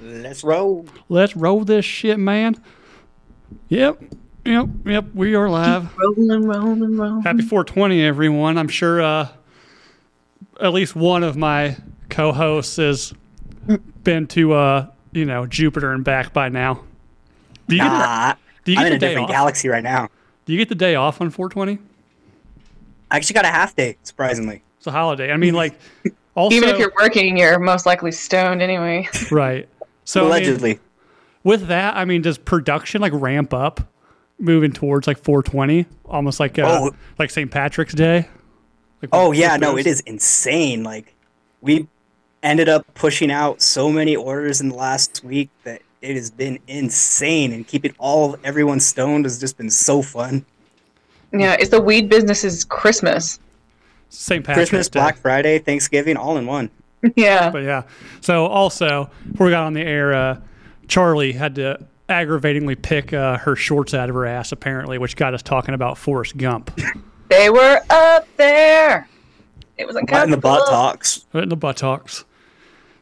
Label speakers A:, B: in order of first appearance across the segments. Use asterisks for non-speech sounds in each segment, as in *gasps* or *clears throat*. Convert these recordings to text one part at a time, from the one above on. A: Let's roll.
B: Let's roll this shit, man. Yep. Yep. Yep. We are live.
C: *laughs*
A: Rolling, rolling, rolling.
B: Happy 420, everyone. I'm sure uh, at least one of my co hosts has been to, uh, you know, Jupiter and back by now. Do you get, the,
A: Nah,
B: do you
A: Uh, I'm in
B: get the
A: a
B: day
A: different
B: off?
A: galaxy right now.
B: do you get the day off on 420?
A: I actually got a half day, surprisingly.
B: It's a holiday. I
A: *laughs*
B: mean, like, also.
C: Even if you're working, you're most likely stoned anyway.
B: *laughs* right. So, I mean,
A: Allegedly.
B: with that, I mean, does production like ramp up moving towards like 420, almost like uh,
A: Oh.
B: like St. Patrick's Day? Like,
A: oh
B: with-
A: yeah,
B: with
A: no,
B: those?
A: it is insane. Like we ended up pushing out so many orders in the last week that it has been insane and keeping all of everyone stoned has just been so fun.
C: Yeah, it's the weed business's Christmas. *laughs*
B: St. Patrick's
A: Christmas,
B: Day.
A: Black Friday, Thanksgiving, all in one.
C: Yeah.
B: But yeah. So also, before we got on the air, uh, Charlie had to aggravatingly pick uh, her shorts out of her ass, apparently, which got us talking about Forrest Gump.
C: They were up there. It was
A: But in the
C: *laughs*
A: bot
C: uncomfortable.
A: talks.
B: right in the buttocks.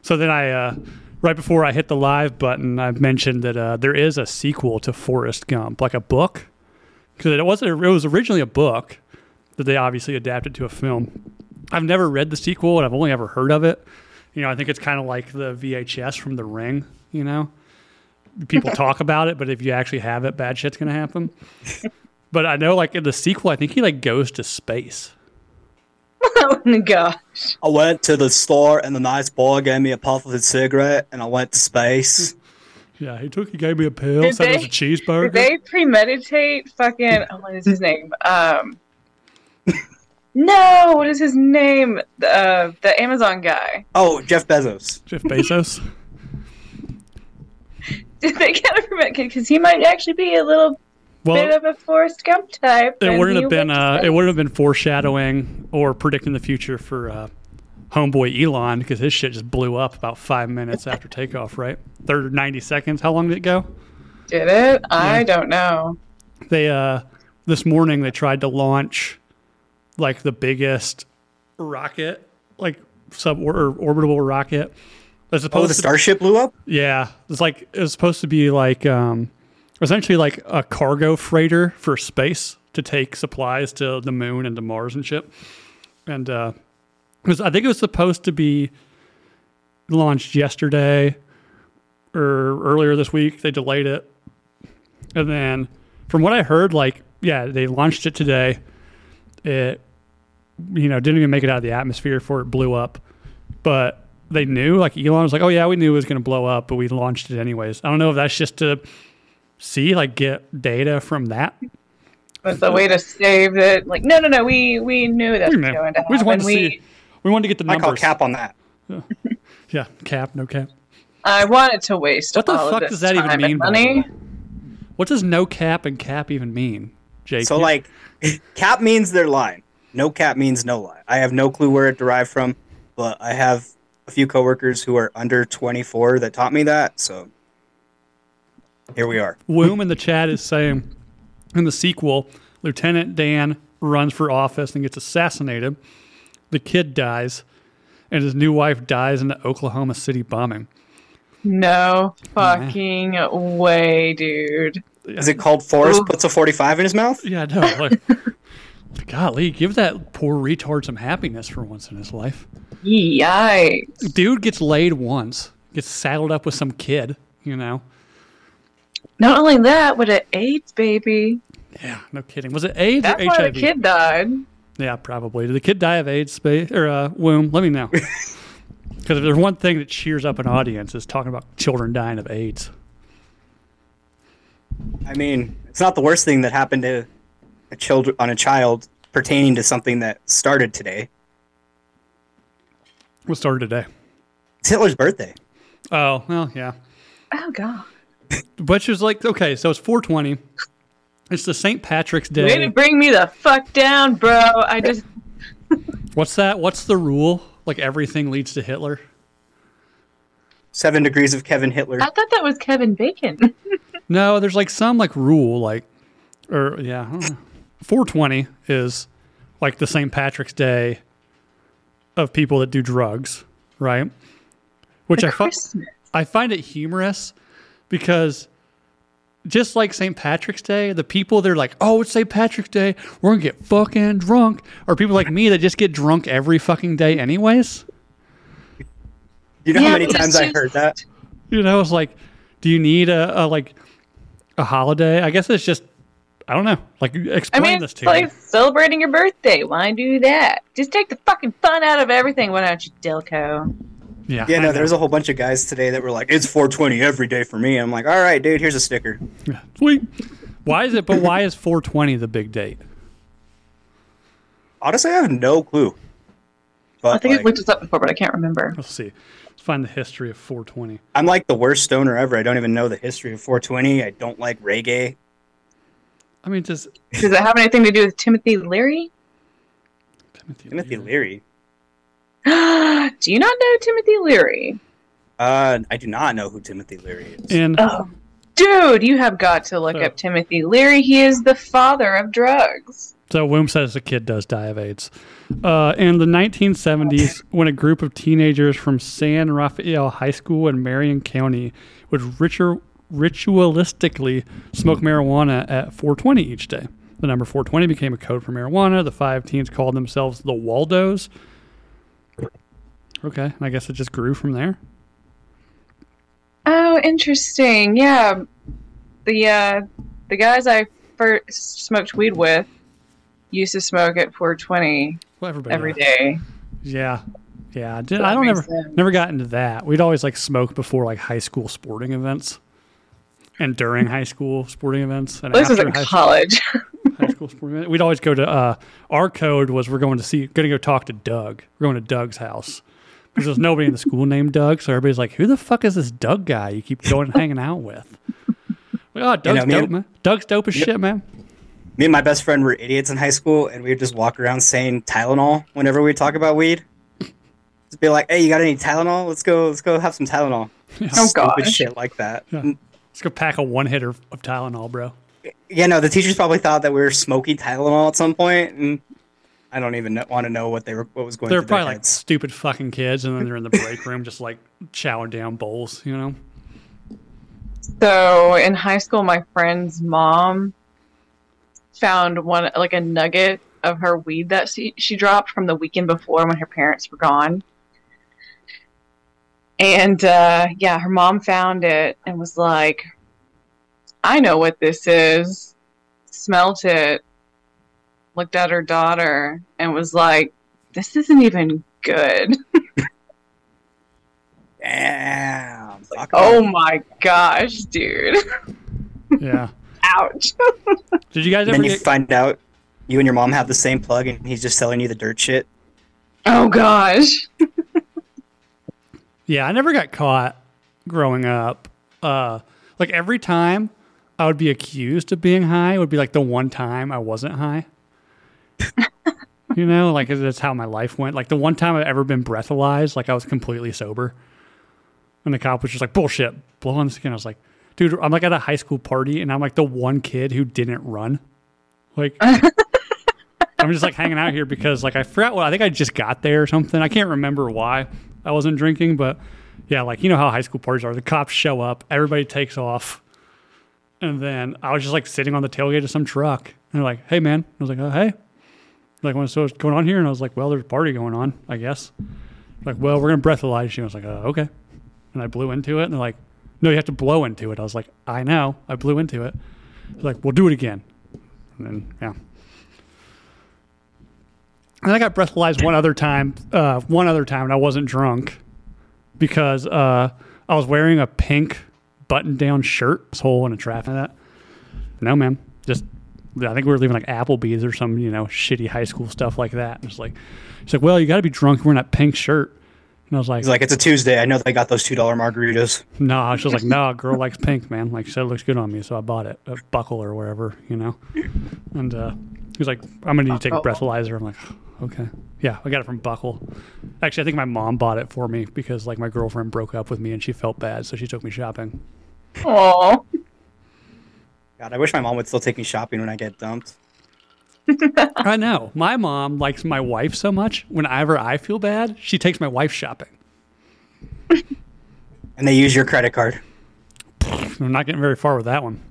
B: So then I, uh, right before I hit the live button, I mentioned that uh, there is a sequel to Forrest Gump, like a book, because it wasn't. It was originally a book that they obviously adapted to a film. I've never read the sequel, and I've only ever heard of it. You know, I think it's kind of like the VHS from The Ring. You know,
C: *laughs*
B: people talk about it, but if you actually have it, bad shit's gonna happen. But I know, like in the sequel, I think he like goes to space.
C: Oh my gosh.
A: I went to the store and the nice boy gave me a puff of his cigarette and I went to space.
B: Yeah, he took. He gave me a pill.
C: Did
B: said it was
C: they-
B: a cheeseburger.
C: Did they premeditate fucking oh, what is his name?
A: *laughs*
C: Um No, what is his name? The, Uh, the Amazon guy. *laughs*
A: Oh, Jeff Bezos.
B: Jeff Bezos.
C: Did they kind of premeditate? Because he might actually be a little bit
B: Well,
C: of a Forrest Gump type.
B: it
C: and
B: wouldn't
C: he
B: have been
C: went to
B: uh,
C: space.
B: it wouldn't have been foreshadowing or predicting the future for uh, homeboy Elon because his shit just blew up about five
C: *laughs*
B: minutes after takeoff, right? Third ninety seconds. How long did it go?
C: Did it? I don't know.
B: They uh, this morning they tried to launch like the biggest rocket, like sub or orbitable rocket. That's
A: Oh,
B: supposed
A: the
B: to
A: starship blew up?
B: Yeah, it's like it was supposed to be like um, essentially like a cargo freighter for space to take supplies to the moon and to Mars and shit. And uh, it was, I think it was supposed to be launched yesterday or earlier this week. They delayed it, and then from what I heard, like yeah, they launched it today. It you know didn't even make it out of the atmosphere before it blew up, but they knew. Like Elon was like, "Oh yeah, we knew it was going to blow up, but we launched it anyways." I don't know if that's just to see, like, get data from that.
C: That's a way to save it. Like, no, no, no. We we knew that
B: You
C: was
B: know,
C: going to happen.
B: we just wanted to see. We wanted to get the
A: I
B: numbers.
A: call cap on that.
B: Yeah, cap, no cap.
C: I wanted to waste.
B: What the
C: all of
B: fuck
C: this
B: does that even
C: time and
B: mean, by the
C: Money.
B: way? What does no cap and cap even mean, Jake?
A: So like, *laughs* cap means their line. No cap means no lie. I have no clue where it derived from, but I have a few coworkers who are under 24 that taught me that. So here we are.
B: Womb in the chat is saying, in the sequel, Lieutenant Dan runs for office and gets assassinated. The kid dies, and his new wife dies in the Oklahoma City bombing.
C: No fucking way, dude.
A: Is it called Forrest
C: Ooh.
A: puts a 45 in his mouth?
B: Yeah, I know. Like, *laughs* golly, give that poor retard some happiness for once in his life.
C: Yikes.
B: Dude gets laid once, gets saddled up with some kid, you know?
C: Not only that, but an AIDS baby.
B: Yeah, no kidding. Was it AIDS
C: That's
B: or
C: why the
B: HIV?
C: kid died.
B: Yeah, probably. Did the kid die of AIDS space or uh, womb? Let me know. Because if there's one thing that cheers up an audience is talking about children dying of AIDS.
A: I mean, it's not the worst thing that happened to a child on a child pertaining to something that started today.
B: What started today?
A: It's Hitler's birthday.
B: Oh, well, yeah.
C: Oh god.
B: Which is like, okay, so it's 420. It's the St. Patrick's
C: Way to
B: Day.
C: bring me the fuck down, bro. I just
B: What's that? What's the rule? Like everything leads to Hitler?
A: Seven degrees of Kevin Hitler.
C: I thought that was Kevin Bacon. *laughs*
B: No, there's like some like rule like or yeah, I don't know. 420 is like the St. Patrick's Day of people that do drugs, right? Which I fu-
C: Christmas.
B: I find it humorous because just like St. Patrick's Day, the people they're like, "Oh, it's St. Patrick's Day. We're gonna get fucking drunk," or people like me that just get drunk every fucking day, anyways.
A: You know
C: Yeah,
A: how many
C: but it's
A: times I
C: just-
A: heard that?
B: You know, it's like, do you need a, a like a holiday? I guess it's just, I don't know. Like,
C: I
B: explain
C: mean,
B: this
C: it's
B: to me.
C: like celebrating your birthday. Why do that? Just take the fucking fun out of everything. Why don't you, Delco?
B: Yeah,
A: Yeah,
B: I
A: no,
B: know.
A: there's a whole bunch of guys today that were like, it's 420 every day for me. I'm like, all right, dude, here's a sticker.
B: Sweet. Why is it? But why is 420 the big date?
A: Honestly, I have no clue. But
C: I think I've
A: like,
C: looked this up before, but I can't remember.
B: Let's see. Let's find the history of 420.
A: I'm like the worst stoner ever. I don't even know the history of 420. I don't like reggae.
B: I mean, just
C: Does it have anything to do with Timothy Leary? *gasps*
B: Timothy.
A: Timothy
B: Leary.
A: Leary.
C: do you not know Timothy Leary?
A: Uh, I do not know who Timothy Leary is.
B: And
C: Oh, dude, you have got to look
B: Oh.
C: up Timothy Leary. He is the father of drugs.
B: So Womb says a kid does die of AIDS. Uh, in the 1970s, when a group of teenagers from San Rafael High School in Marion County would ritu- ritualistically smoke marijuana at 420 each day. The number 420 became a code for marijuana. The five teens called themselves the Waldos. Okay, and I guess it just grew from there.
C: Oh, interesting. Yeah, the uh, the guys I first smoked weed with used to smoke at 420
B: Well, everybody
C: every
B: does.
C: day.
B: Yeah, yeah. I Did,
C: That
B: I don't
C: makes
B: ever
C: sense.
B: never got into that. We'd always like smoke before like high school sporting events, and during high school sporting events. And
C: This is
B: after
C: in
B: high,
C: college.
B: high school sporting events. We'd always go to uh, our code was we're going to see going to go talk to Doug. We're going to Doug's house because there's nobody in the school named Doug. So everybody's like, who the fuck is this Doug guy you keep going and hanging out with? Like, oh, Doug's
A: I mean-
B: dope, man. Doug's dope as shit, man.
A: Me and my best friend were idiots in high school, and we would just walk around saying Tylenol whenever we talk about weed. Just be like, "Hey, you got any Tylenol? Let's go. Let's go have some Tylenol."
C: Oh,
A: Stupid
C: gosh.
A: shit like that.
B: Yeah. Let's go pack a one hitter of Tylenol, bro.
A: Yeah, no, the teachers probably thought that we were smoking Tylenol at some point, and I don't even want to know what they were what was going.
B: They're
A: through their
B: probably like
A: heads.
B: stupid fucking kids, and then they're in the break room just like chowing down bowls, you know?
C: So in high school, my friend's mom found one like a nugget of her weed that she, she dropped from the weekend before when her parents were gone. And uh, yeah, her mom found it and was like, "I know what this is." Smelt it, looked at her daughter, and was like, "This isn't even good."
A: damn. fuck
C: Oh
A: off.
C: my gosh, dude! *laughs*
B: Yeah.
C: Ouch.
B: Did you guys
A: And
B: ever
A: then you
B: get?
A: find out you and your mom have the same plug, and he's just selling you the dirt shit.
C: Oh gosh.
B: Yeah, I never got caught growing up. Uh, like every time I would be accused of being high, it would be like the one time I wasn't high. *laughs* you know, like that's how my life went. Like the one time I've ever been breathalyzed, like I was completely sober. And the cop was just like, bullshit, blow on the skin. I was like, dude, I'm like at a high school party and I'm like the one kid who didn't run. Like, I'm just like hanging out here because like I forgot what I think I just got there or something. I can't remember why I wasn't drinking, but yeah, like you know how high school parties are. The cops show up, everybody takes off. And then I was just like sitting on the tailgate of some truck. And they're like, hey man. I was like, oh hey. Like well, so what's going on here? And I was like, well, there's a party going on, I guess. Like, well, we're gonna breathalyze you. I was like, uh, okay. And I blew into it and they're like, no, you have to blow into it. I was like, I know. I blew into it. They're like, we'll do it again. And then yeah. And I got breathalyzed one other time, uh, one other time, and I wasn't drunk because uh, I was wearing a pink button-down shirt. This hole in a traffic. That no, man, just I think we were leaving like Applebee's or some you know shitty high school stuff like that. And it's like she's like, well, you got to be drunk wearing that pink shirt. And I was like,
A: He's like, "It's a Tuesday. I know they got those two dollar margaritas."
B: nah. She was like, nah, girl likes pink, man. Like she said, it looks good on me, so I bought it at Buckle or wherever, you know. And uh, he was like, I'm gonna need to take a breathalyzer. I'm like, "Oh, okay, yeah, I got it from Buckle. Actually, I think my mom bought it for me because like my girlfriend broke up with me and she felt bad, so she took me shopping.
C: Oh.
A: God, I wish my mom would still take me shopping when I get dumped.
B: I know my mom likes my wife so much. Whenever I feel bad, she takes my wife shopping.
A: and they use your credit card.
B: I'm not getting very far with that one.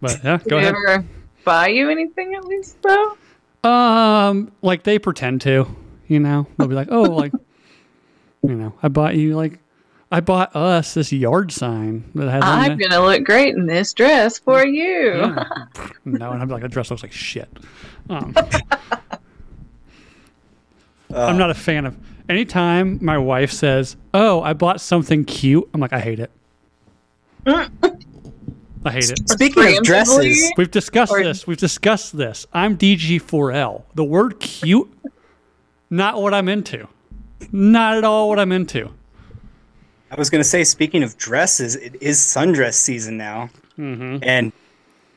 B: But yeah,
C: Did
B: go
C: they
B: ahead.
C: ever buy you anything at least though?
B: Um, like they pretend to, you know. They'll be like, "Oh, like, *laughs* you know, I bought you like, I bought us this yard sign that has." on
C: I'm
B: it."
C: gonna look great in this dress for you.
B: *laughs* Yeah. no, and I'm like, that dress looks like shit. Um, I'm not a fan of. Anytime my wife says, "Oh, I bought something cute," I'm like, I hate it. I hate it.
A: Speaking of
C: Preemptively?
A: dresses,
B: We've discussed
C: Or-
B: this. We've discussed this. I'm DG4L. The word cute, not what I'm into. Not at all what I'm into.
A: I was gonna say, speaking of dresses, it is sundress season now,
B: Mm-hmm.
A: and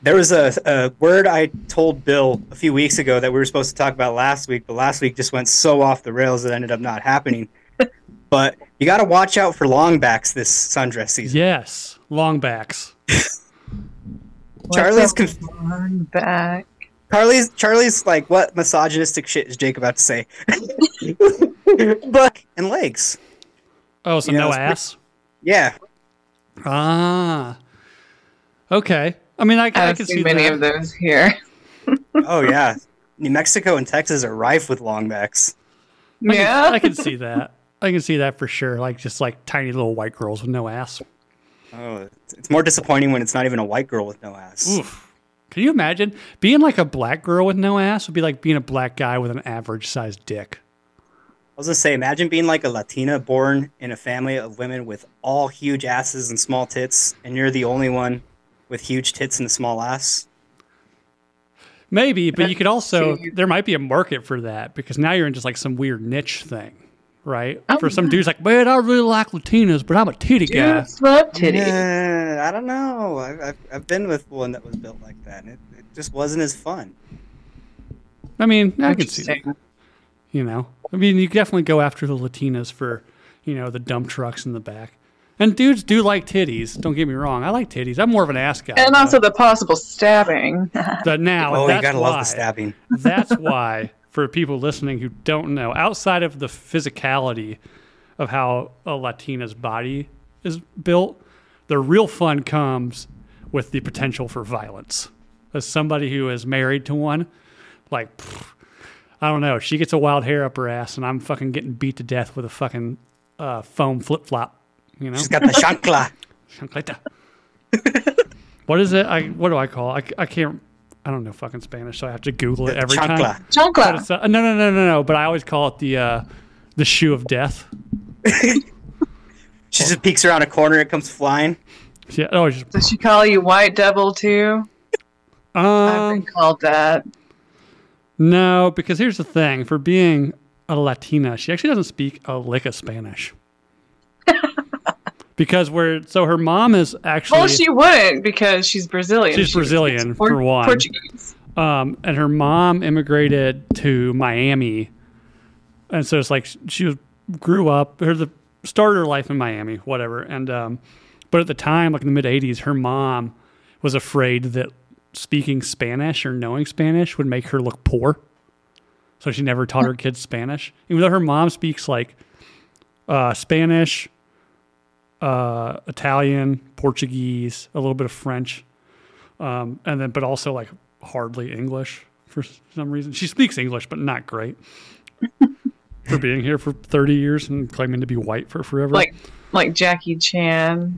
A: there was a, a word I told Bill a few weeks ago that we were supposed to talk about last week, but last week just went so off the rails that ended up not happening. but you got to watch out for long backs this sundress season.
B: Yes, long backs.
C: What's
A: Charlie's
C: up,
A: conf-
C: Lauren back.
A: Charlie's Charlie's like, what misogynistic shit is Jake about to say? Butt and legs.
B: Oh, so
A: Yeah,
B: no
A: it's pretty-
B: ass.
A: Yeah,
B: ah, okay. I mean, I, I,
C: I
B: can
C: haven't
B: see
C: seen many
B: that.
C: of those here.
A: oh yeah. New Mexico and Texas are rife with long backs.
B: I can-
C: yeah.
B: I can see that. I can see that for sure. Like just like tiny little white girls with no ass.
A: Oh, it's- it's more disappointing when it's not even a white girl with no ass.
B: Oof. Can you imagine being like a black girl with no ass would be like being a black guy with an average sized dick.
A: I was gonna say, imagine being like a Latina born in a family of women with all huge asses and small tits, and you're the only one with huge tits and a small ass.
B: Maybe, but you could also
C: See.
B: there might be a market for that because now you're in just like some weird niche thing, right?
C: Oh,
B: for some dude's like, man, I really like Latinas, but I'm a titty guy.
C: Dudes love titties.
A: Nah, I don't know. I've, I've, I've been with one that was built like that, and it, it just wasn't as fun.
B: I mean, I could see that.
C: Interesting.
B: You know, I mean, you definitely go after the Latinas for you know the dump trucks in the back. And dudes do like titties. Don't get me wrong. I like titties. I'm more of an ass guy.
C: And
B: but-
C: also the possible
B: *laughs*
C: stabbing.
B: but now
A: oh, you
B: that's
A: gotta
B: why,
A: love the stabbing.
B: That's why, for people listening who don't know, outside of the physicality of how a Latina's body is built, the real fun comes with the potential for violence. As somebody who is married to one, like, pfft, I don't know, she gets a wild hair up her ass, and I'm fucking getting beat to death with a fucking uh, foam flip flop. You know,
A: She's
B: *laughs*
A: got the chancla.
B: Chancleta. what is it? I what do I call? It? I I can't. I don't know fucking Spanish, so I have to Google it every time.
A: chancla.
B: But
C: Chocolate.
B: it's, uh, no, no, no, no, no. But I always call it the uh, the shoe of death.
A: She just peeks around a corner, it comes flying.
B: Yeah. Oh, it's just,
C: Does she call you white devil too? I've been
B: um,
C: called that.
B: no, because here's the thing: for being a Latina, she actually doesn't speak a lick
C: *laughs*
B: of Spanish. because we're so her mom is actually
C: Well, she wouldn't because she's Brazilian.
B: She's
C: She
B: Brazilian,
C: speaks
B: for one.
C: Portuguese.
B: um, and her mom immigrated to Miami, and so it's like sh- she was, grew up. Her the started her life in Miami, whatever. And um, but at the time, like in the mid '80s, her mom was afraid that speaking Spanish or knowing Spanish would make her look poor, so she never taught her kids Spanish. Even though her mom speaks like uh, Spanish, uh, Italian, Portuguese, a little bit of French um, and then but also like hardly English for some reason. She speaks English, but not great. *laughs* for being here for 30 years and claiming to be white for forever.
C: Like like Jackie Chan.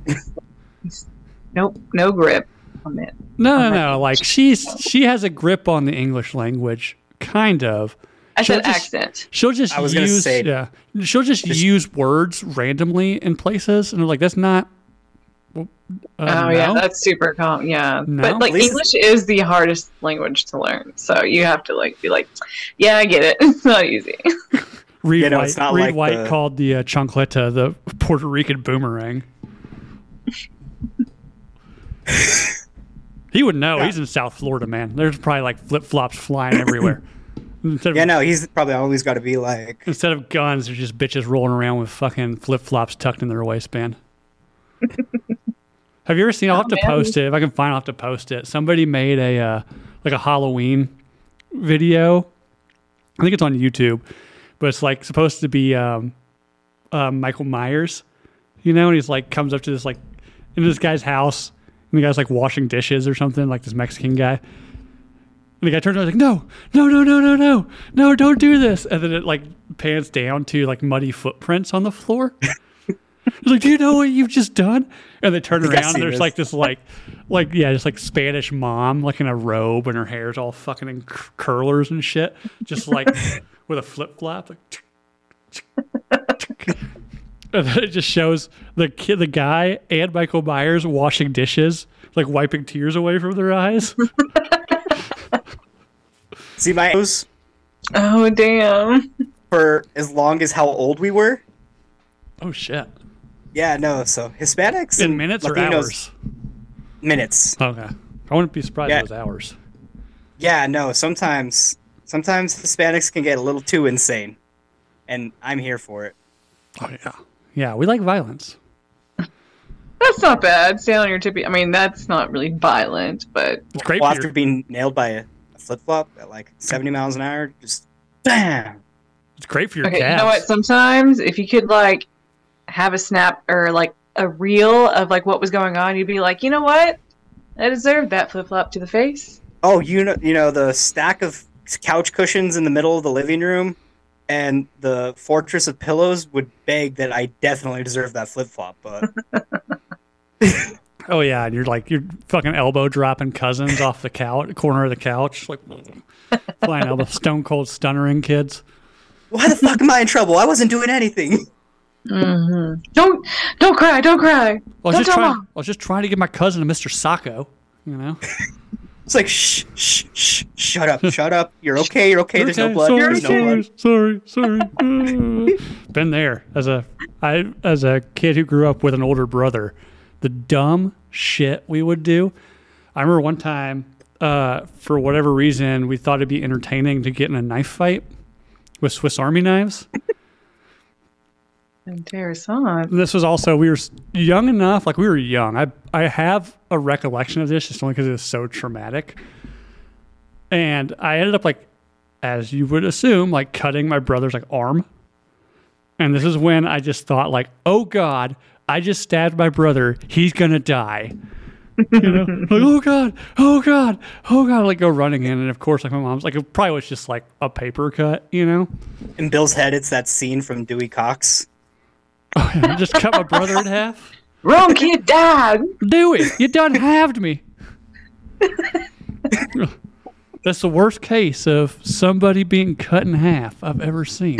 C: nope, no grip on it.
B: no, no, no. Like she's she has a grip on the English language, kind of.
C: I
B: She'll
C: said
B: just-
C: accent.
B: She'll just
A: I was gonna
B: use
A: say-
B: yeah. She'll just, use words randomly in places, and they're like, "That's not." well, uh,
C: Oh yeah,
B: no.
C: that's super common. Yeah,
B: No.
C: but like
A: At least-
C: English is the hardest language to learn, so you have to like be like, yeah, I get it. *laughs* It's not easy.
B: Reed
A: You know,
B: White,
A: it's not
B: Reed
A: like
B: White
A: the-
B: called the uh, chancleta the Puerto Rican
A: *laughs*
B: boomerang. he would know. He's in South Florida, man. There's probably like flip flops flying
A: *clears throat*
B: everywhere. instead, of,
A: Yeah, no, he's probably always got to be like,
B: instead of guns, there's just bitches rolling around with fucking flip flops tucked in their waistband. have you ever seen? I'll have to
C: man.
B: post it if I can find. I'll have to post it. Somebody made a uh, like a Halloween video. I think it's on YouTube, but it's like supposed to be um, uh, Michael Myers, you know, and he's like comes up to this like into this guy's house, and the guy's like washing dishes or something, like this Mexican guy. And the guy turns around like, no, no, no, no, no, no, no, don't do this. And then it like pans down to like muddy footprints on the floor. *laughs* He's like, do you know what you've just done? And they turn
A: think I've
B: around
A: seen
B: and there's
A: this.
B: like this like, like yeah, just like Spanish mom, like in a robe and her hair's all fucking in cur- curlers and shit, just like with a flip flop. Like, tsk, tsk, tsk. and then it just shows the kid, the guy, and Michael Myers washing dishes, like wiping tears away from their eyes.
A: See my nose
C: Oh damn.
A: for as long as how old we were.
B: oh shit.
A: Yeah, no. So Hispanics
B: in
A: and
B: minutes or
A: Latinos-
B: hours?
A: Minutes.
B: Okay. I wouldn't be surprised
A: Yeah.
B: if it was hours.
A: Yeah, no. Sometimes, sometimes Hispanics can get a little too insane, and I'm here for it.
B: Oh yeah. Yeah, we like violence.
C: *laughs* That's not bad. Stay on your tippy. I mean, that's not really violent, but
B: It's great
A: Well,
B: for
A: after
B: your,
A: being nailed by a, a flip flop at like 70 miles an hour, just bam.
B: it's great for your
C: okay. You
B: calves.
C: know what? Sometimes if you could like have a snap or like a reel of like what was going on, you'd be like, you know what? I deserved that flip flop to the face.
A: Oh, you know, you know the stack of couch cushions in the middle of the living room, and the fortress of pillows would beg that I definitely deserve that flip flop. But
B: Oh yeah, and you're like you're fucking elbow dropping cousins off the couch corner of the couch, like flying elbow stone cold stunnering kids.
A: why the fuck am I in trouble? I wasn't doing anything.
C: hmm Don't don't cry. Don't cry.
B: Well, I
C: don't
B: was just
C: tell
B: trying
C: mom.
B: I was just trying to give my cousin to Mr. Sacco, you know.
A: It's like shh, shh, shh, shut up, shut up. You're okay. You're okay. There's no
B: Okay,
A: blood.
B: Sorry,
A: There's no blood.
B: sorry, sorry, sorry. Uh, Been there as a I as a kid who grew up with an older brother. The dumb shit we would do. I remember one time, uh, for whatever reason, we thought it'd be entertaining to get in a knife fight with Swiss Army knives.
C: Interessant.
B: This was also we were s- young enough, like we were young. I I have a recollection of this just only because it was so traumatic. And I ended up like, as you would assume, like cutting my brother's like arm. And this is when I just thought like, oh god, I just stabbed my brother. He's gonna die. You know, *laughs* like oh god, oh god, oh god, like go running in, and of course, like my mom's like it probably was just like a paper cut, you know.
A: In Bill's head, it's that scene from Dewey Cox.
B: just cut my brother in half.
C: Wrong kid died.
B: Dewey, you done halved me. That's the worst case of somebody being cut in half I've ever seen.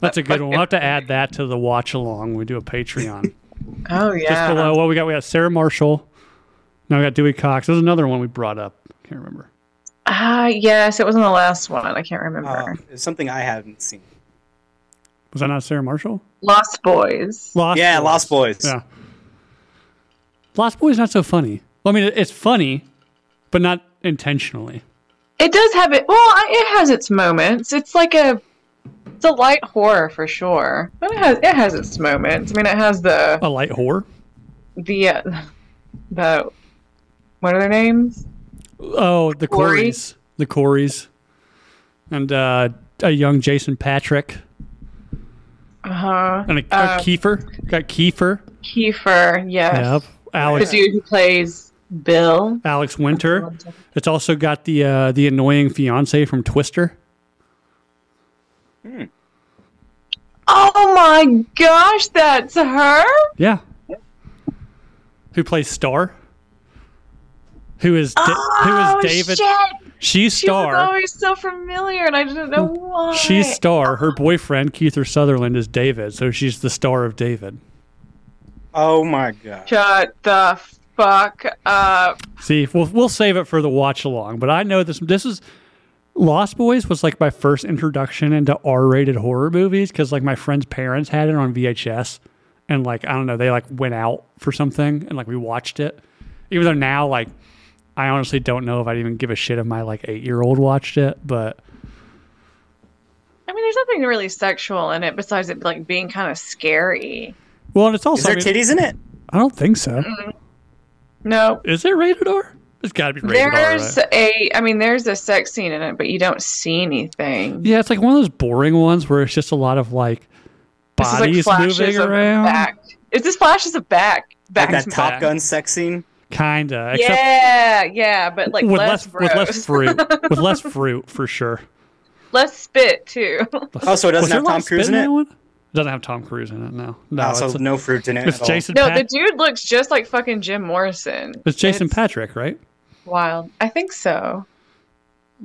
B: That's a good one. We'll have to add that to the watch along when we do a Patreon.
C: Oh yeah.
B: Just below what we got, we got Sarah Marshall. Now we got Dewey Cox. There's another one we brought up. Can't remember.
C: Ah, yes, it was on the last one. I can't
A: Uh,
C: remember.
A: it's something I haven't seen.
B: Was that not Sarah Marshall?
C: Lost Boys.
B: Lost.
A: yeah,
B: Boys.
A: Lost Boys.
B: Yeah. Lost Boy's not so funny. Well, I mean, it- it's funny, but not intentionally.
C: It does have it. Well, I, it has its moments. It's like a, it's a light horror for sure. But it has it has its moments. I mean, it has the
B: A light whore.
C: the uh, the, what are their names?
B: Oh, the
C: Corey.
B: Corys. The Corys. And uh, a young Jason Patrick.
C: Uh huh.
B: And a, a
C: Uh,
B: Kiefer. Got Kiefer.
C: Kiefer. Yes.
B: Yep.
C: The
B: Alex
C: dude who plays Bill.
B: Alex Winter. It's also got the uh, the annoying fiance from Twister.
C: Oh my gosh, that's her.
B: Yeah. Who plays Star? Who is Da-
C: Oh
B: who is David?
C: shit!
B: She's
C: She was
B: Star.
C: always so familiar, and I didn't know why.
B: She's Star. Her boyfriend Keither Sutherland is David, so she's the star of David.
A: Oh my god.
C: Shut the fuck up.
B: See, we'll we'll save it for the watch along. But I know this. This is Lost Boys was like my first introduction into R-rated horror movies because like my friend's parents had it on VHS, and like I don't know, they like went out for something and like we watched it. Even though now, like, I honestly don't know if I'd even give a shit if my like eight-year-old watched it. But
C: I mean, there's nothing really sexual in it besides it like being kind of scary.
B: well, and it's
A: Is
B: also I,
A: there
B: mean,
A: titties in it?
B: I don't think so.
C: Mm. No,
B: Is it rated R? It's got to be rated R.
C: there's
B: right?
C: a. I mean, there's a sex scene in it, but you don't see anything.
B: Yeah, it's like one of those boring ones where it's just a lot of like
C: This is like
B: bodies
C: flashes
B: moving
C: of
B: around.
C: back. It's just flashes of back, back,
A: like that
C: to
A: Top
C: back.
A: Gun sex scene.
B: Kinda, except
C: yeah, yeah, but like
B: with
C: less,
B: less with
C: gross. *laughs*
B: less fruit, with less fruit for sure.
C: less spit too.
A: Oh, so it doesn't
B: Was there
A: have
B: a lot
A: Tom
B: of spit
A: Cruise in
B: that
A: it?
B: one? It doesn't have Tom Cruise in it. No, no,
A: also,
B: it's,
A: no fruit in it
B: it's
A: at all.
B: Jason.
C: no,
B: Pat-
C: the dude looks just like fucking Jim Morrison.
B: it's Jason
C: It's
B: Patrick, right?
C: Wild, I think so.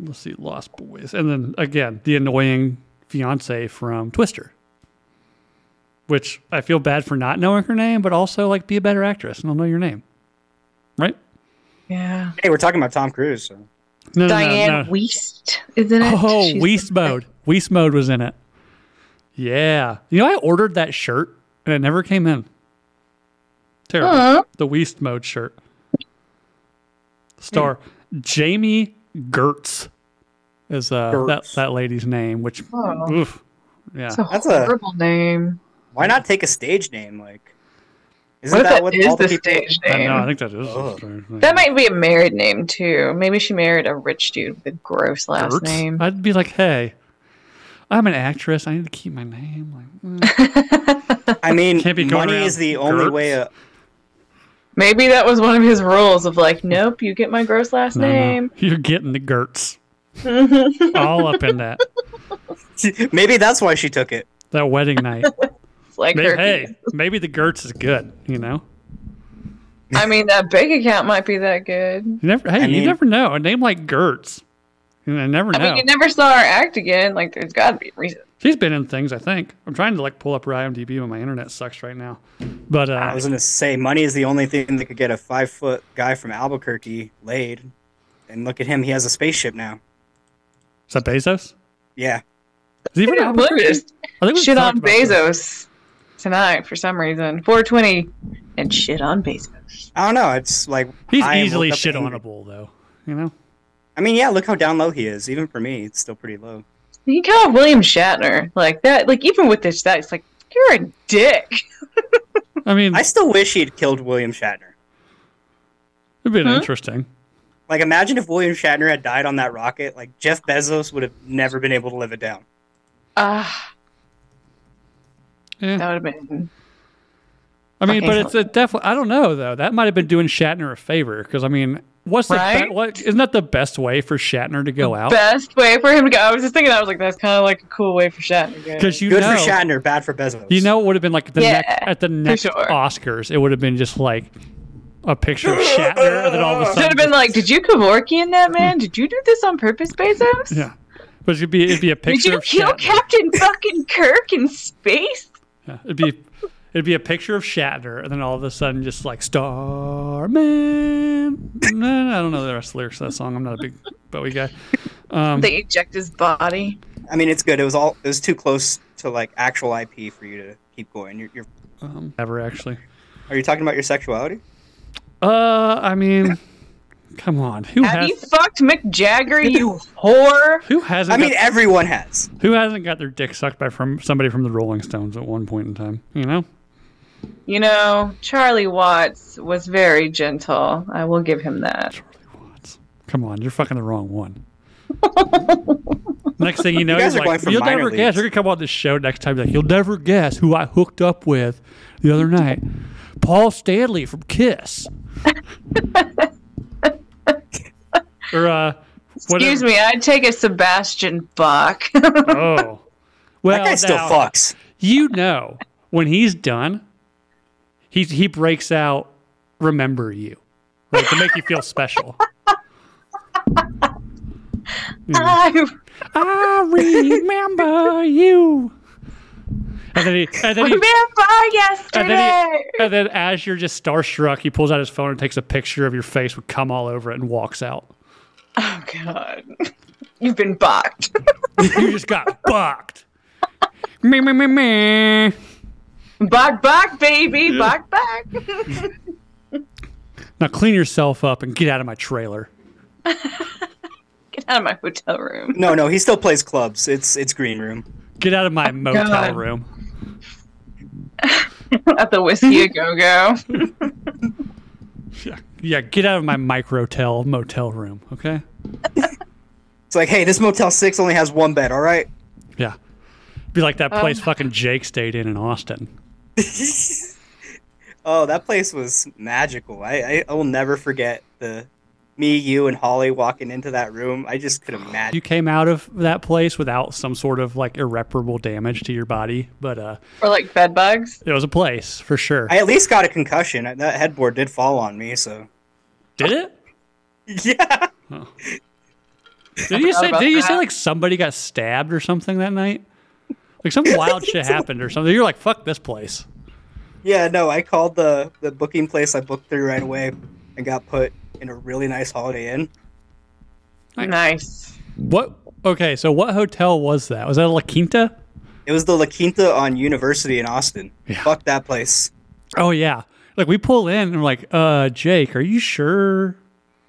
B: Let's see, Lost Boys, and then again the annoying fiance from Twister, which I feel bad for not knowing her name, but also like be a better actress and I'll know your name, right?
C: Yeah,
A: Hey, we're talking about Tom Cruise. So.
B: No,
C: Diane
B: no, no, no.
C: Weist, *laughs* isn't it?
B: Oh,
C: She's-
B: Weast Mode. Weast Mode was in it. Yeah. You know, I ordered that shirt and it never came in. Terrible.
C: Huh?
B: The Weast Mode shirt. Star Jamie Gertz is uh, that
A: Gertz.
B: that lady's name, which
C: Oh.
B: oof, yeah.
C: It's a
A: That's a-
C: horrible name.
A: Why not take a stage name? Like, isn't
C: What if
A: that
C: that
A: what
C: is
A: all
C: the
A: the people?
C: stage
B: I know. I
C: name?
B: think that is.
A: Ugh.
C: That might be a married name too. Maybe she married a rich dude with a gross last
B: Gertz?
C: name.
B: I'd be like, hey, I'm an actress. I need to keep my name. Like, mm.
A: I mean,
B: Can't be going
A: money
B: around
A: is the only
B: Gertz.
A: way. uh, A,
C: Maybe that was one of his rules of like, nope, you get my gross last
B: No, no.
C: name.
B: You're getting
C: *laughs*
B: the Gertz. All up in that
A: maybe that's why she took it.
B: that wedding night.
C: It's *laughs* like,
B: Maybe,
C: her- *laughs*
B: hey, maybe the Gertz is good. You know,
C: I mean, that bank account might be that good.
B: you never. Hey,
A: I
B: you
A: mean-
B: never know. A name like Gertz, you know, I never
C: I
B: know.
C: mean, you never saw her act again. Like, there's got to be a reason.
B: She's been in things. I think I'm trying to like pull up her IMDb, but my internet sucks right now. But
A: I
B: uh,
A: was gonna say, money is the only thing that could get a five foot guy from Albuquerque laid. And look at him; he has a spaceship now.
B: is that Bezos?
A: Yeah,
B: Is he from
C: Yeah,
B: Albuquerque?
C: Lucas.
B: I think we
C: Shit
B: talked
C: on
B: about this.
C: Bezos tonight for some reason. 420 and shit on Bezos.
A: I don't know. It's like
B: He's
A: I woke
B: easily
A: up
B: shit
A: angry.
B: onable though. You know,
A: I mean, yeah, look how down low he is. Even for me, it's still pretty low.
C: You kind of William Shatner like that. Like even with this, that it's like you're a dick.
B: I mean,
A: I still wish he had killed William Shatner.
B: it'd been
C: Huh?
B: interesting.
A: Like, imagine if William Shatner had died on that rocket. Like, Jeff Bezos would have never been able to live it down.
C: Ah,
B: Yeah.
C: that would have been.
B: I mean,
C: Fucking
B: but it's a definitely. I don't know though. That might have been doing Shatner a favor because I mean, what's the be-
C: Right?
B: what isn't that the best way for Shatner to go out?
C: Best way for him to go. I was just thinking. I was like, that's kind of like a cool way for Shatner. to go.
B: Because you
A: Good
B: know,
A: for Shatner, bad for Bezos.
B: you know, it would have been like the
C: Yeah,
B: next at the next
C: sure.
B: Oscars. It would have been just like a picture of Shatner, and then all of a
C: *laughs*
B: sudden,
C: should have been like, did you Kevorkian that man? Did you do this on purpose, Bezos?
B: *laughs* Hmm. yeah. But it'd be it'd be a
C: Did
B: picture
C: you
B: of
C: kill
B: Shatner.
C: Captain fucking Kirk in space?
B: Yeah, it'd be it'd be a picture of Shatner, and then all of a sudden, just like Starman. Nah, I don't know the rest of the lyrics of that song. I'm not a big Bowie guy. Um,
C: They eject his body.
A: I mean, it's good. It was all it was too close to like actual IP for you to keep going. You're, you're
B: um, never actually.
A: are you talking about your sexuality?
B: Uh, I mean, come on, who
C: Have
B: has
C: you fucked Mick Jagger,
B: *laughs*
C: you whore?
B: who hasn't?
A: I mean,
C: eh
B: got,
A: everyone has.
B: who hasn't got their dick sucked by from somebody from the Rolling Stones at one point in time? You know,
C: You know, Charlie Watts was very gentle. I will give him that.
B: Charlie Watts. Come on, you're fucking the
A: *laughs*
B: wrong one. next thing you know,
A: You guys
B: you're
A: are going
B: like,
A: for
B: you'll
A: minor
B: never guess.
A: leagues.
B: You're gonna come on this show next time. Like, you'll never guess who I hooked up with the other night. Paul Stanley from Kiss. *laughs* or uh,
C: Excuse me, I'd take a Sebastian Bach. *laughs*
B: Oh, well,
A: That guy still
B: now-
A: fucks.
B: you know when he's done he he breaks out remember you right to make you feel special
A: *laughs*
C: I-
B: i remember you and then he and Ah, then he
C: remember
B: and
C: yesterday.
B: then, he, and then as you're just starstruck, he pulls out his phone and takes a picture of your face with cum all over it and walks out.
C: Oh God, *laughs* you've been *laughs* bocked.
B: You just
C: *laughs*
B: got fucked. Me, me, me, me.
C: Bach, Bach, baby, Bach, Bach.
B: Now clean yourself up and get out of my trailer.
C: *laughs* Get out of my hotel room. *laughs*
A: No, no, he still plays clubs. It's it's green room.
B: Get out of my motel
C: Oh, God.
B: room.
C: At the whiskey a go go.
B: *laughs* Yeah, get out of my microtel motel room, okay?
A: It's like, hey, this Motel Six only has one bed. All right,
B: Yeah. be like that place
C: Um.
B: fucking Jake stayed in in Austin.
A: oh, that place was magical. I, I I will never forget the me, you, and Holly walking into that room. I just could imagine.
B: You came out of that place without some sort of like irreparable damage to your body, but uh,
C: Or like bed bugs.
B: it was a place for sure.
A: I at least got a concussion. That headboard did fall on me, so *laughs*
B: Did it?
A: yeah.
B: Did you
C: forgot
B: say?
C: about
B: Did you say
C: that.
B: like somebody got stabbed or something that night? Like some
C: *laughs*
B: wild shit happened or something. You're like, fuck this place.
A: Yeah, no, I called the the booking place I booked through right away, and got put in a really nice Holiday Inn.
B: Nice.
C: Nice.
B: What? Okay, so what hotel was that? Was that La Quinta?
A: It was the La Quinta on University in Austin. Fuck that place.
B: Oh yeah. Like we pull in and we're like, uh, Jake, are
C: *laughs*
B: you sure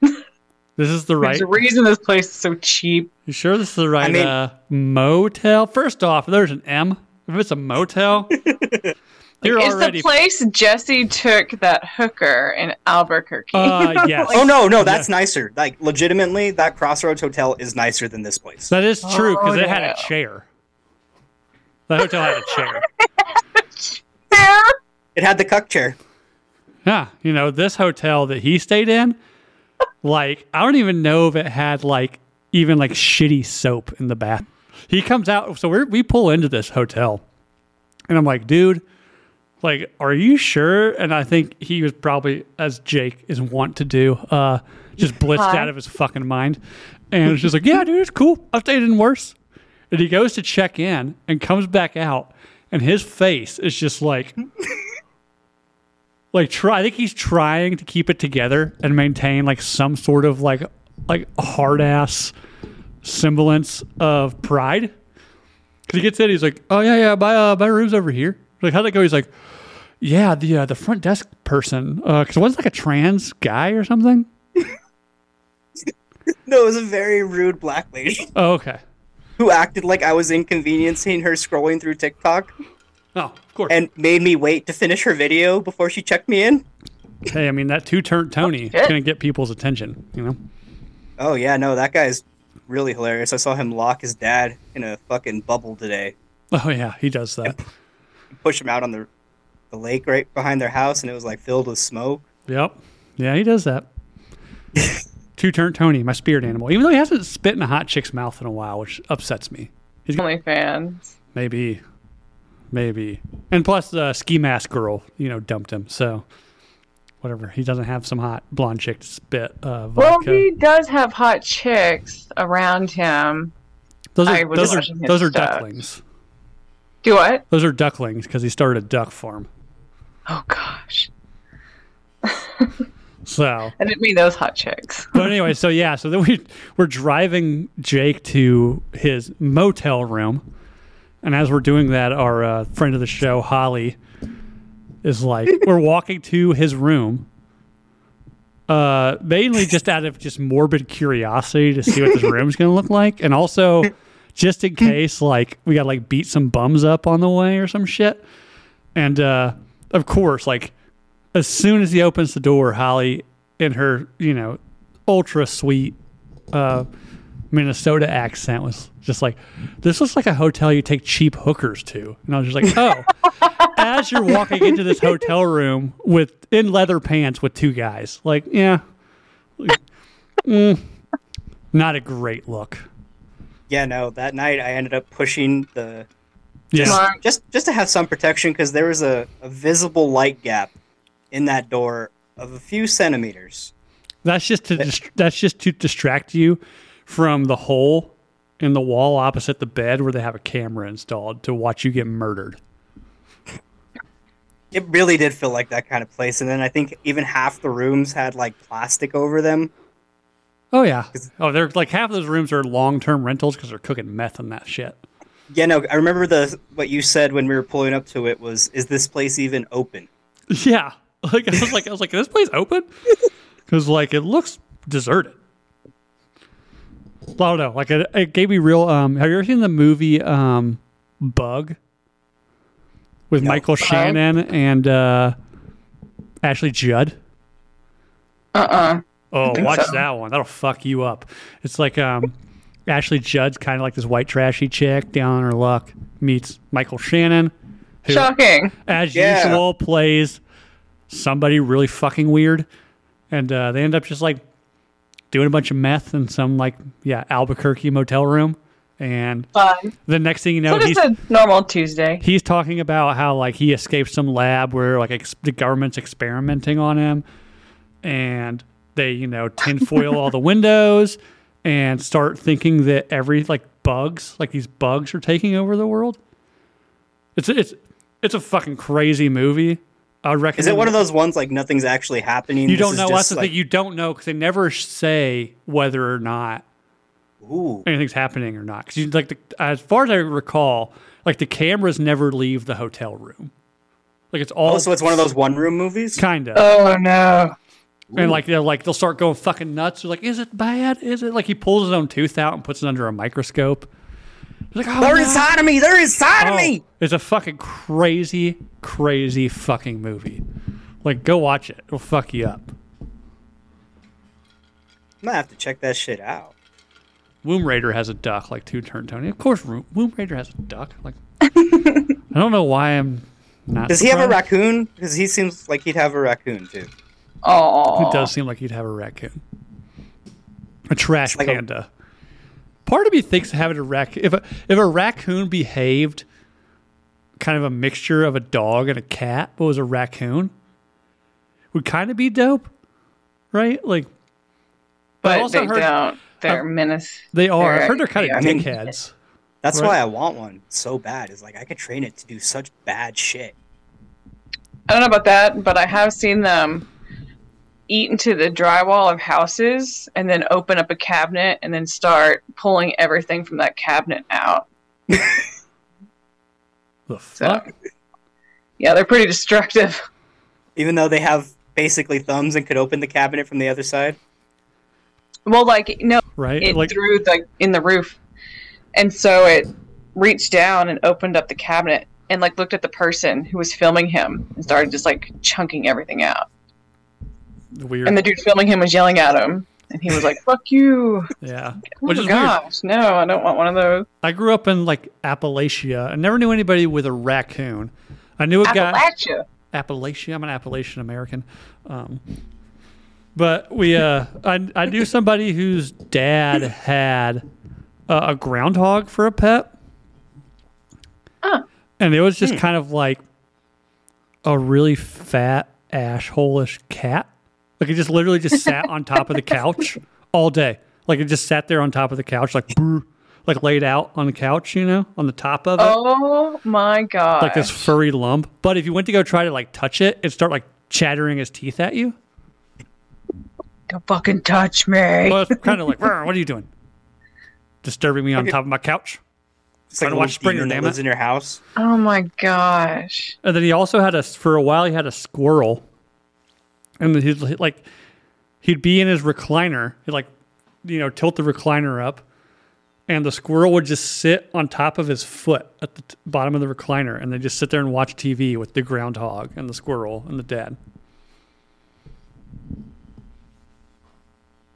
B: this is the right?
C: There's a reason this place is so cheap.
B: You sure this is the right
A: mean-
B: uh, motel? First off, there's an M. If it's
C: *laughs*
B: a motel, you're
C: It's
B: already.
C: the place Jesse took that hooker in Albuquerque. *laughs*
B: uh, yes.
A: Oh no, no, that's nicer. Like legitimately, that Crossroads Hotel is nicer than this place.
B: That is true because
C: Oh,
B: it had
C: no.
B: a chair. The hotel had a
C: *laughs*
B: chair.
A: It had the cuck chair.
B: Yeah, you know this hotel that he stayed in. Like I don't even know if it had like even like shitty soap in the bath. He comes out, so we we pull into this hotel, and I'm like, dude, like, are you sure? And I think he was probably, as Jake is wont to do, uh, just blitzed
C: Hi.
B: out of his fucking mind, and was just like, yeah, dude, it's cool. I've stayed in worse. And he goes to check in and comes back out, and his face is just like, like try. I think he's trying to keep it together and maintain like some sort of like like hard ass semblance of pride. Because he gets in, he's like, "Oh yeah, yeah, my uh, my room's over here." Like, how'd that go? He's like, "Yeah, the uh, the front desk person, uh, because one's like a trans guy or something."
A: No, it was a very rude black lady
B: Oh, okay.
A: who acted like I was inconveniencing her scrolling through TikTok
B: Oh, of course.
A: and made me wait to finish her video before she checked me in.
B: hey, I mean that two turn Tony is
C: shit.
B: gonna get people's attention, you know?
A: Oh yeah, no, that guy's really hilarious. I saw him lock his dad in a fucking bubble today,
B: Oh yeah, he does that.
A: push him out on the the lake right behind their house, and it was like filled with smoke.
B: yep. Yeah, he does that. two turn Tony, my spirit animal. Even though he hasn't spit in a hot chick's mouth in a while, which upsets me.
C: OnlyFans.
B: Maybe. Maybe. And plus the ski mask girl, you know, dumped him. So whatever. He doesn't have some hot blonde chick to spit uh,
C: Well,
B: vodka.
C: he does have hot chicks around him.
B: those
C: I
B: are,
C: was
B: those are,
C: watching his
B: those are
C: stuff.
B: ducklings.
C: Do what?
B: Those are ducklings because he started a duck farm.
C: Oh gosh,
B: So,
C: I didn't mean those hot chicks.
B: but anyway, so yeah, so then we we're driving Jake to his motel room, and as we're doing that, our uh, friend of the show Holly is like, we're walking to his room, uh, mainly just out of just morbid curiosity to see what this room's gonna look like, and also just in case like we gotta like beat some bums up on the way or some shit, and uh, of course like as soon as he opens the door, Holly, in her you know ultra sweet uh, Minnesota accent, was just like, "This looks like a hotel you take cheap hookers to," and I was just like, "Oh." As you're walking into this hotel room with in leather pants with two guys, like, yeah, Like, mm, not a great look.
A: Yeah, no, that night I ended up pushing the
B: Yeah,
C: Mark,
A: just just to have some protection because there was a, a visible light gap in that door of a few centimeters.
B: that's just to dist- that's just to distract you from the hole in the wall opposite the bed where they have a camera installed to watch you get murdered.
A: It really did feel like that kind of place. And then I think even half the rooms had like plastic over them.
B: Oh yeah. Oh, they're like half of those rooms are long term rentals because they're cooking meth and that shit.
A: Yeah, no, I remember the what you said when we were pulling up to it was, "Is this place even open?"
B: *laughs* Yeah. Like I was like I was like, is this place *laughs* open? Because like it looks deserted. I don't know. Like it, it gave me real. Um, have you ever seen the movie um, Bug with Michael Shannon and uh, Ashley Judd?
C: uh-uh.
B: Oh,
C: think
B: watch
C: so.
B: that one. That'll fuck you up. It's like um Ashley Judd's kind of like this white trashy chick down on her luck meets Michael Shannon, who,
C: Shocking.
B: as
A: Yeah.
B: usual, plays somebody really fucking weird, and uh, they end up just like doing a bunch of meth in some like yeah Albuquerque motel room, and
C: Fun.
B: the next thing you know,
C: So
B: Oh, he's
C: just a normal Tuesday.
B: he's talking about how like he escaped some lab where like ex- the government's experimenting on him and they you know tinfoil all the windows and start thinking that every like bugs like these bugs are taking over the world it's it's it's a fucking crazy movie i recommend
A: Is it one of those ones like nothing's actually happening?
B: you
A: This
B: don't
A: is
B: know
A: just
B: that's the
A: like,
B: thing you don't know because they never say whether or not
A: Ooh,
B: anything's happening or not because like the, as far as i recall like the cameras never leave the hotel room like it's all
A: oh, so it's one of those one room movies.
B: kind of
C: Oh no.
B: and like they're like they'll start going fucking nuts they're like is it bad is it like he pulls his own tooth out and puts it under a microscope He's like oh,
A: There
B: no.
A: is sodomy. There is
B: Oh,
A: sodomy.
B: it's a fucking crazy crazy fucking movie like go watch it it'll fuck you up
A: I'm gonna have to check that shit out.
B: womb raider has a duck like two turn tony of course Ro- womb raider has a duck
A: *laughs*
B: like i don't know why i'm not
A: Does he have a
B: surprised.
A: raccoon? Because he seems like he'd have a raccoon too.
C: Oh.
B: It does seem like he'd have a raccoon. A trash
A: like a-
B: panda. Part of me thinks having a raccoon, if a, if a raccoon behaved kind of a mixture of a dog and a cat, but was a raccoon, would kind of be dope, right? Like, I
C: But
B: also
C: they
B: heard-
C: don't. They're menace.
B: they are. I
C: They're-
B: heard they're kind of
A: I mean-
B: dickheads.
A: That's
B: Right.
A: why I want one so bad. Is like I could train it to do such bad shit.
C: I don't know about that, but I have seen them eat into the drywall of houses and then open up a cabinet and then start pulling everything from that cabinet out. *laughs*
B: The fuck?
C: Yeah, they're pretty destructive. *laughs*
A: Even though they have basically thumbs and could open the cabinet from the other side.
C: Well, like no,
B: right?
C: it
B: like,
C: threw the in the roof, and so it reached down and opened up the cabinet and like looked at the person who was filming him and started just like chunking everything out.
B: weird.
C: And the dude filming him was yelling at him, and he was like, "Fuck you!"
B: yeah.
C: Oh
B: *laughs* Which
C: my
B: is weird.
C: gosh, no, I don't want one of those.
B: I grew up in like Appalachia. I never knew anybody with a raccoon. I knew a guy.
C: Appalachia.
B: Appalachian. I'm an Appalachian American. Um, but we, uh, I, I knew somebody whose dad had uh, a groundhog for a pet.
C: Oh.
B: And it was just kind of like a really fat, asshole-ish cat. Like it just literally just sat on top of the couch all day. Like it just sat there on top of the couch, like, brr, like laid out on the couch, you know, on the top of it
C: Oh my god.
B: like this furry lump. But if you went to go try to like touch it, it'd start like chattering his teeth at you.
C: Don't fucking touch me.
B: Well, it's kind of like, "Rrr, what are you doing? Disturbing me on top of my couch.
A: It's like
B: Gotta
A: a
B: watch
A: little
B: Springer,
A: demon that
B: damn
A: lives
B: it.
A: in your house.
C: Oh my gosh.
B: And then he also had a for a while he had a squirrel, and then he'd like he'd be in his recliner, he'd like you know tilt the recliner up, and the squirrel would just sit on top of his foot at the t- bottom of the recliner, and they just sit there and watch TV with the groundhog and the squirrel and the dad.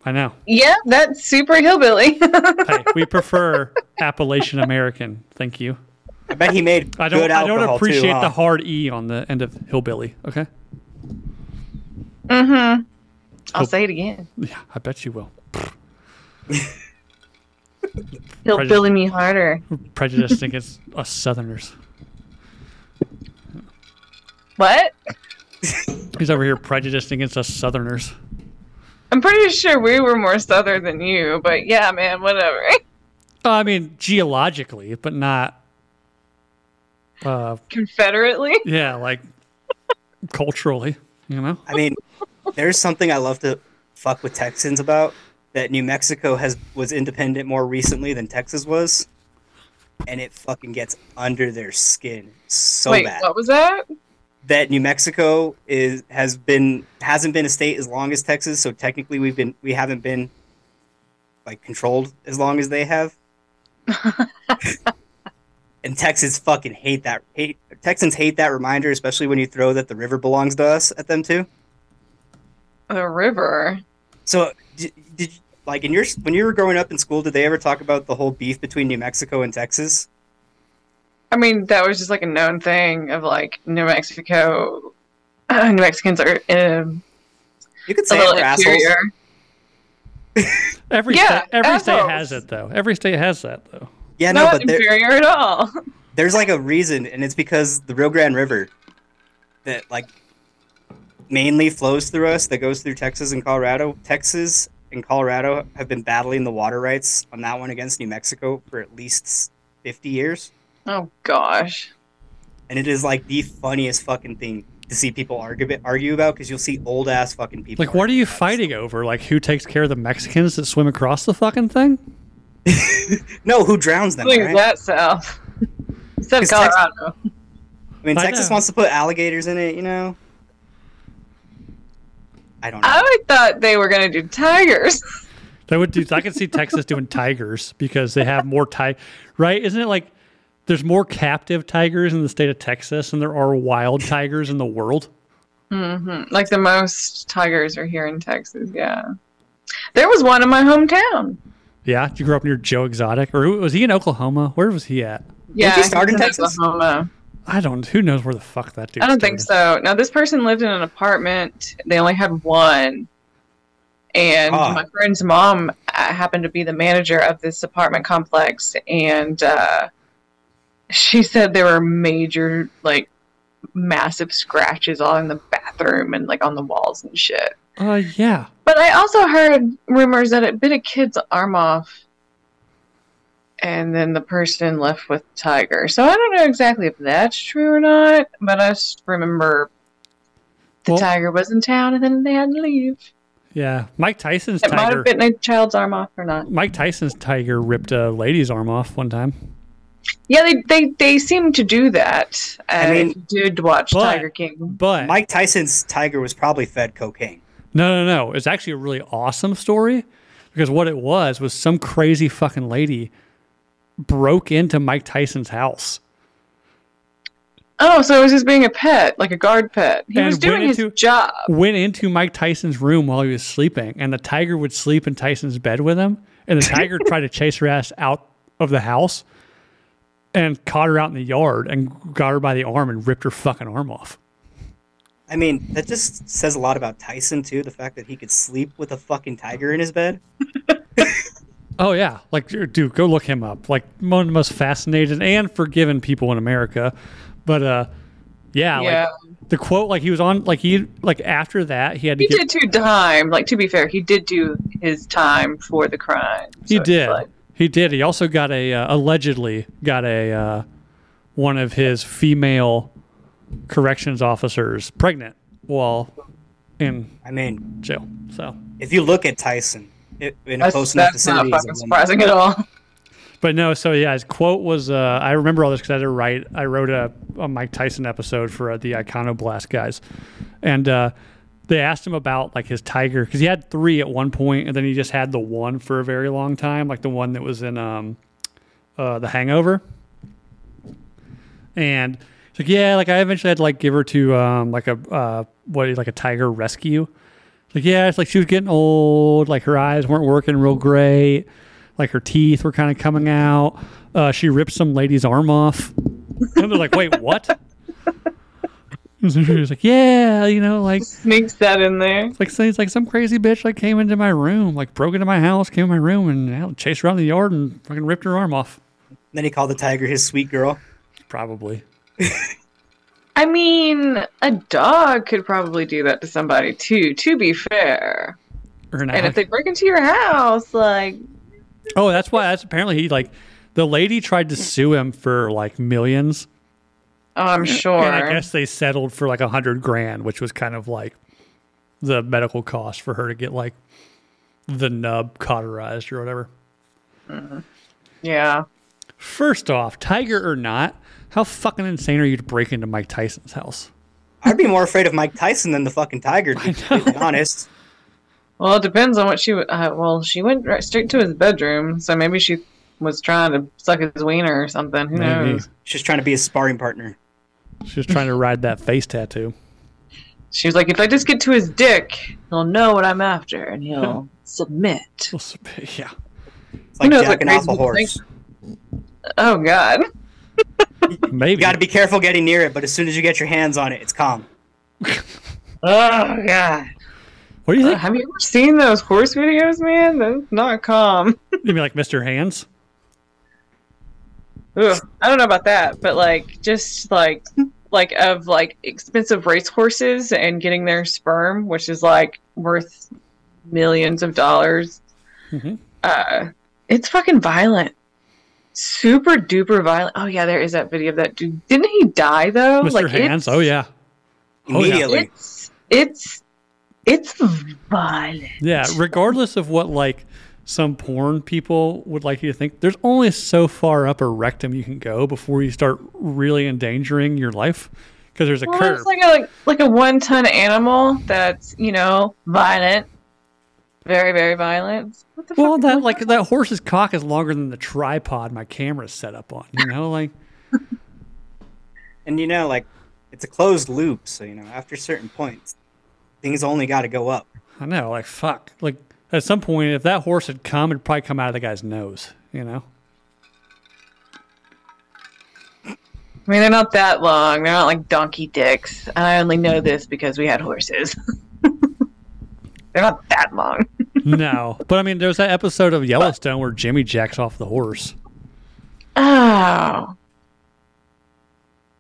B: I know.
C: Yeah, that's super hillbilly. *laughs*
A: *laughs*
B: Hey, we prefer Appalachian American. Thank you.
A: I bet he made
B: *laughs* I don't.
A: good
B: I
A: alcohol
B: don't appreciate
A: too, huh?
B: the hard e on the end of hillbilly. Okay.
C: I'll say it again.
B: Yeah, I bet you will.
C: Hillbilly me harder.
B: Prejudice against us Southerners.
C: What?
B: He's over here prejudiced against us Southerners.
C: I'm pretty sure we were more southern than you, but yeah, man, whatever. *laughs*
B: Oh, I mean, geologically, but not. Uh,
C: Confederately?
B: yeah, like culturally, you know.
A: I mean, there's something I love to fuck with Texans about that New Mexico has was independent more recently than Texas was, and it fucking gets under their skin so
C: Wait,
A: bad
C: what was that?
A: that New Mexico is has been hasn't been a state as long as Texas, so technically we've been we haven't been like controlled as long as they have. and Texans fucking hate that hate Texans hate that reminder, especially when you throw that the river belongs to us at them too.
C: The river.
A: So did, did like in your when you were growing up in school, did they ever talk about the whole beef between New Mexico and Texas?
C: I mean, that was just like a known thing of like New Mexico. Uh, New Mexicans are um,
A: You could
C: a
A: say
C: little
A: it for assholes.
C: inferior.
B: Every
C: Yeah,
B: state, every state
C: assholes.
B: has it though. Every state has that though.
A: Yeah, no,
C: Not
A: but there,
C: inferior at all. *laughs*
A: there's like a reason, and it's because the Rio Grande River that like mainly flows through us, that goes through Texas and Colorado. Texas and Colorado have been battling the water rights on that one against New Mexico for at least 50 years,
C: Oh gosh.
A: and it is like the funniest fucking thing to see people argue argue about because you'll see old ass fucking people.
B: Like, what are
A: argue
B: you
A: about it.
B: fighting over? Like, who takes care of the Mexicans that swim across the fucking thing?
A: *laughs* No, who drowns them?
C: Look
A: right?
C: at that
A: *laughs*
C: south. Instead of
A: 'Cause Tex-
C: Colorado.
A: I mean,
B: I
A: Texas
B: know.
A: wants to put alligators in it, you know. I don't know.
C: I would thought they were gonna do tigers. *laughs*
B: They would do. I could see Texas doing tigers because they have more ti Right? Isn't it like there's more captive tigers in the state of Texas than there are wild tigers in the world?
C: hmm Like the most tigers are here in Texas. Yeah. There was one in my hometown.
B: Yeah. Did you grow up near Joe Exotic, or who- was he in Oklahoma? Where was he at?
C: Yeah.
A: he start in
C: he's
A: Texas?
C: Oklahoma.
B: I don't. Who knows where the fuck that dude?
C: I don't think so. Now this person lived in an apartment. They only had one, and
A: Ah.
C: my friend's mom uh, happened to be the manager of this apartment complex, and uh, she said there were major, like, massive scratches all in the bathroom and like on the walls and shit.
B: Uh, yeah.
C: But I also heard rumors that it bit a kid's arm off. And then the person left with Tiger. So I don't know exactly if that's true or not, but I just remember the
B: Well-
C: Tiger was in town and then they had to leave.
B: Yeah. Mike Tyson's
C: It might
B: tiger.
C: have bitten a child's arm off or not.
B: Mike Tyson's tiger ripped a lady's arm off one time.
C: Yeah, they they, they seem to do that. Uh,
A: I mean-
C: if you did watch
B: But-
C: Tiger King.
B: But
A: Mike Tyson's tiger was probably fed cocaine.
B: No, no, no. It's actually a really awesome story because what it was was some crazy fucking lady broke into Mike Tyson's house.
C: Oh, so it was just being a pet, like a guard pet. He
B: And
C: was doing
B: went
C: his
B: into-
C: job.
B: Went into Mike Tyson's room while he was sleeping, and the tiger would sleep in Tyson's bed with him. And the tiger tried to chase her ass out of the house and caught her out in the yard and got her by the arm and ripped her fucking arm off.
A: I mean, that just says a lot about Tyson too. The fact that he could sleep with a fucking tiger in his bed.
B: Oh yeah, like dude, go look him up. Like one of the most fascinated and forgiven people in America. But uh, yeah,
C: Yeah.
B: like the quote, like he was on, like he, like after that, he had to
C: he
B: get,
C: did do time. Like to be fair, he did do his time for the crime.
B: he
C: So it's
B: did,
C: like-
B: he did. He also got a uh, allegedly got a uh, one of his female corrections officers pregnant while in
A: I mean,
B: jail. So,
A: if you look at Tyson i- in a
C: that's,
A: close enough
C: that's not
A: vicinity, he's a
C: fucking
A: woman.
C: surprising at all. *laughs*
B: but no, so yeah, his quote was, uh, I remember all this because I had to write. I wrote a, a Mike Tyson episode for uh, the Iconoblast guys. and uh, they asked him about like his tiger because he had three at one point, and then he just had the one for a very long time, like the one that was in um, uh, The Hangover. And it's like, yeah, like I eventually had to like give her to um, like a uh, what like a tiger rescue. It's Like yeah, it's like she was getting old. Like her eyes weren't working real great. Like her teeth were kind of coming out. Uh, she ripped some lady's arm off. And they're like, wait, what? *laughs* And so she was like, yeah, you know, like
C: Sneaks that in there.
B: like so it's like some crazy bitch like came into my room, like broke into my house, came in my room, and you know, chased her out in the yard and fucking ripped her arm off.
A: Then he called the tiger his sweet girl.
B: Probably.
C: I mean, a dog could probably do that to somebody too. To be fair,
B: Or an
C: and if
B: alligator.
C: they break into your house, like
B: Oh, that's why. That's apparently he like the lady tried to sue him for like millions.
C: oh, I'm sure.
B: And I guess they settled for like a hundred grand, which was kind of like the medical cost for her to get like the nub cauterized or whatever.
C: Yeah.
B: First off, tiger or not, how fucking insane are you to break into Mike Tyson's house?
A: I'd be more afraid of Mike Tyson than the fucking tiger. To be
C: *laughs*
A: completely honest,
C: Well, it depends on what she. w- Uh, well, she went right straight to his bedroom, so maybe she was trying to suck his wiener or something. Who knows?
A: she's just trying to be his sparring partner.
B: She was trying to ride that face tattoo.
C: She was like, if I just get to his dick, he'll know what I'm after and he'll submit.
B: We'll see. Yeah.
A: It's like
C: Who knows what
A: jacking off
C: crazy
A: a
C: people
A: horse.
C: Oh God.
B: Maybe.
A: You got to be careful getting near it, but as soon as you get your hands on it, it's calm.
C: Oh God.
B: what do you
C: Uh, *laughs*
B: think?
C: have you ever seen those horse videos, man? That's not calm.
B: You mean like Mr. Hands?
C: Ugh, I don't know about that, but like just like like of like expensive racehorses and getting their sperm, which is like worth millions of dollars.
B: Mhm.
C: Uh, it's fucking violent, super duper violent. Oh yeah, there is that video of that dude. Didn't he die though?
B: Mr. Hands?
C: it's-
B: Oh, yeah. Oh, yeah.
A: Immediately.
C: It's it's it's violent.
B: Yeah, regardless of what like some porn people would like you to think, there's only so far up a rectum you can go before you start really endangering your life because there's a
C: Well,
B: curve.
C: it's like a like, like a one ton animal that's you know violent, very very violent. What the
B: well,
C: fuck?
B: that like that horse's cock is longer than the tripod my camera's set up on. You know, like
A: And you know, like, it's a closed loop, so, you know, after certain points, things only got to go up.
B: I know, like fuck, like at some point if that horse had come, it'd probably come out of the guy's nose. You know,
C: I mean, they're not that long. They're not like donkey dicks. And I only know this because we had horses. *laughs* they're not that long.
B: no, *laughs* but I mean, there's that episode of Yellowstone where Jimmy jacks off the horse.
C: Oh,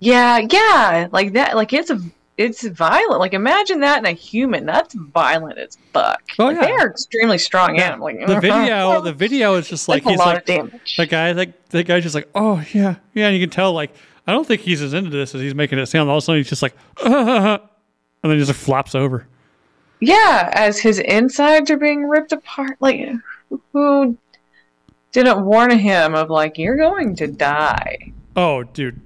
C: yeah, yeah, like that. Like it's a it's violent. Like imagine that in a human. That's violent as fuck.
B: Oh,
C: Like,
B: yeah.
C: They are extremely strong animal. Like, *laughs*
B: The video, the video is just like
C: That's Uh-huh. a
B: he's
C: lot
B: like
C: of damage.
B: That guy, that, that guy's just like, oh yeah, yeah. And you can tell, like, I don't think he's as into this as he's making it sound. All of a sudden, he's just like, *laughs* and then he just flops over.
C: Yeah, as his insides are being ripped apart. Like, who didn't warn him of like you're going to die?
B: Oh, dude,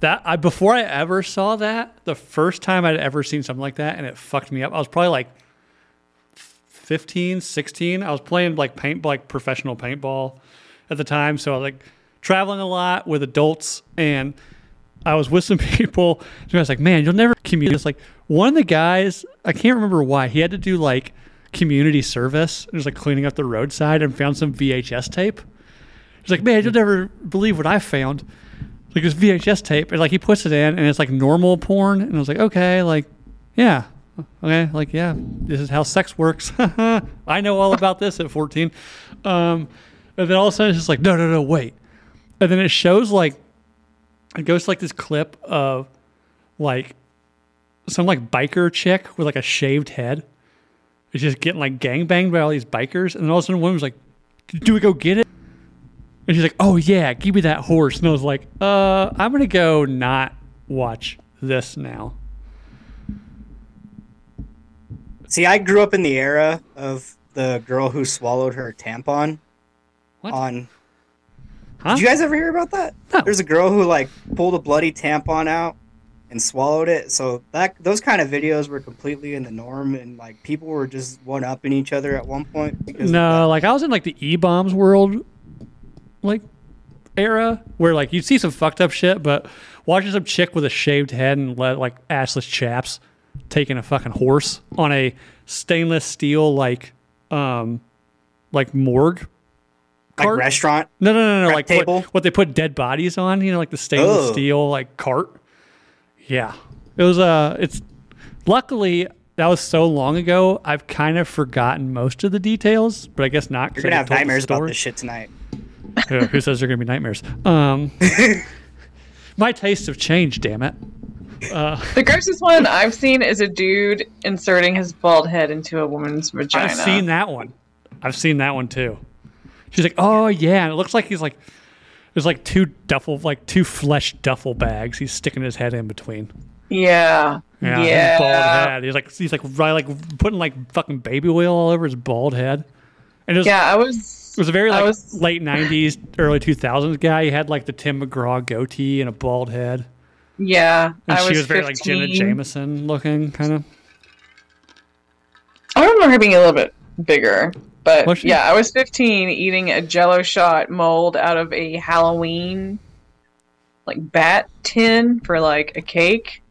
B: that I before I ever saw that, the first time I'd ever seen something like that, and it fucked me up. I was probably like 15, 16. I was playing like paint, like professional paintball at the time, so I was like traveling a lot with adults, and I was with some *laughs* people. And I was like, man, you'll never commute. It's like one of the guys, I can't remember why, he had to do like community service and was like cleaning up the roadside and found some VHS tape. He's like, man, you'll never believe what I found. Like this VHS tape, and like he puts it in, and it's like normal porn, and I was like, okay, like, yeah, okay, like yeah, this is how sex works. *laughs* I know all about this at 14. Um, and then all of a sudden, it's just like, no, no, no, wait. And then it shows like, it goes to, like this clip of like some like biker chick with like a shaved head. It's just getting like gangbanged by all these bikers, and then all of a sudden, one was like, do we go get it? And she's like, "Oh yeah, give me that horse." And I was like, "Uh, I'm gonna go not watch this now."
A: See, I grew up in the era of the girl who swallowed her tampon
B: What?
A: on.
B: Huh?
A: Did you guys ever hear about that?
B: No.
A: There's a girl who like pulled a bloody tampon out and swallowed it. So that those kind of videos were completely in the norm, and like people were just one upping each other at one point. Because
B: No, like I was in like the e bombs world, like era where like you'd see some fucked up shit, but watching some chick with a shaved head and let like assless chaps taking a fucking horse on a stainless steel like um like morgue
A: like
B: cart.
A: restaurant.
B: No, no, no, no.
A: Crap
B: Like what-
A: table?
B: What, they put dead bodies on, you know, like the stainless
A: Oh.
B: steel like cart. Yeah, it was. Uh, it's luckily that was so long ago. I've kind of forgotten most of the details, but I guess not. 'cause
A: You're gonna
B: I
A: have
B: told the
A: nightmares about
B: story. *laughs*
A: this *laughs* shit tonight.
B: Who- Who says they're gonna be nightmares?
A: *laughs*
B: Um, my tastes have changed. Damn it.
C: The grossest one I've seen is a dude inserting his bald head into a woman's vagina.
B: I've seen that one. I've seen that one too. She's like, oh yeah, and it looks like he's like, there's like two duffel, like two flesh duffel bags. He's sticking his head in between.
C: Yeah.
B: Yeah,
C: Yeah.
B: his bald head. He's like he's like right, like putting like fucking baby oil all over his bald head. And it was,
C: Yeah, I
B: it was
C: was.
B: a very
C: I
B: like
C: was-
B: late '90s, early 2000s guy. He had like the Tim McGraw goatee and a bald head,
C: Yeah,
B: and
C: I
B: she was
C: 15.
B: very like Jenna Jameson looking kind of.
C: I remember her being a little bit bigger, but
B: Was she?
C: yeah, I was 15 eating a Jello shot mold out of a
B: *laughs*
C: Halloween like bat tin for like a cake.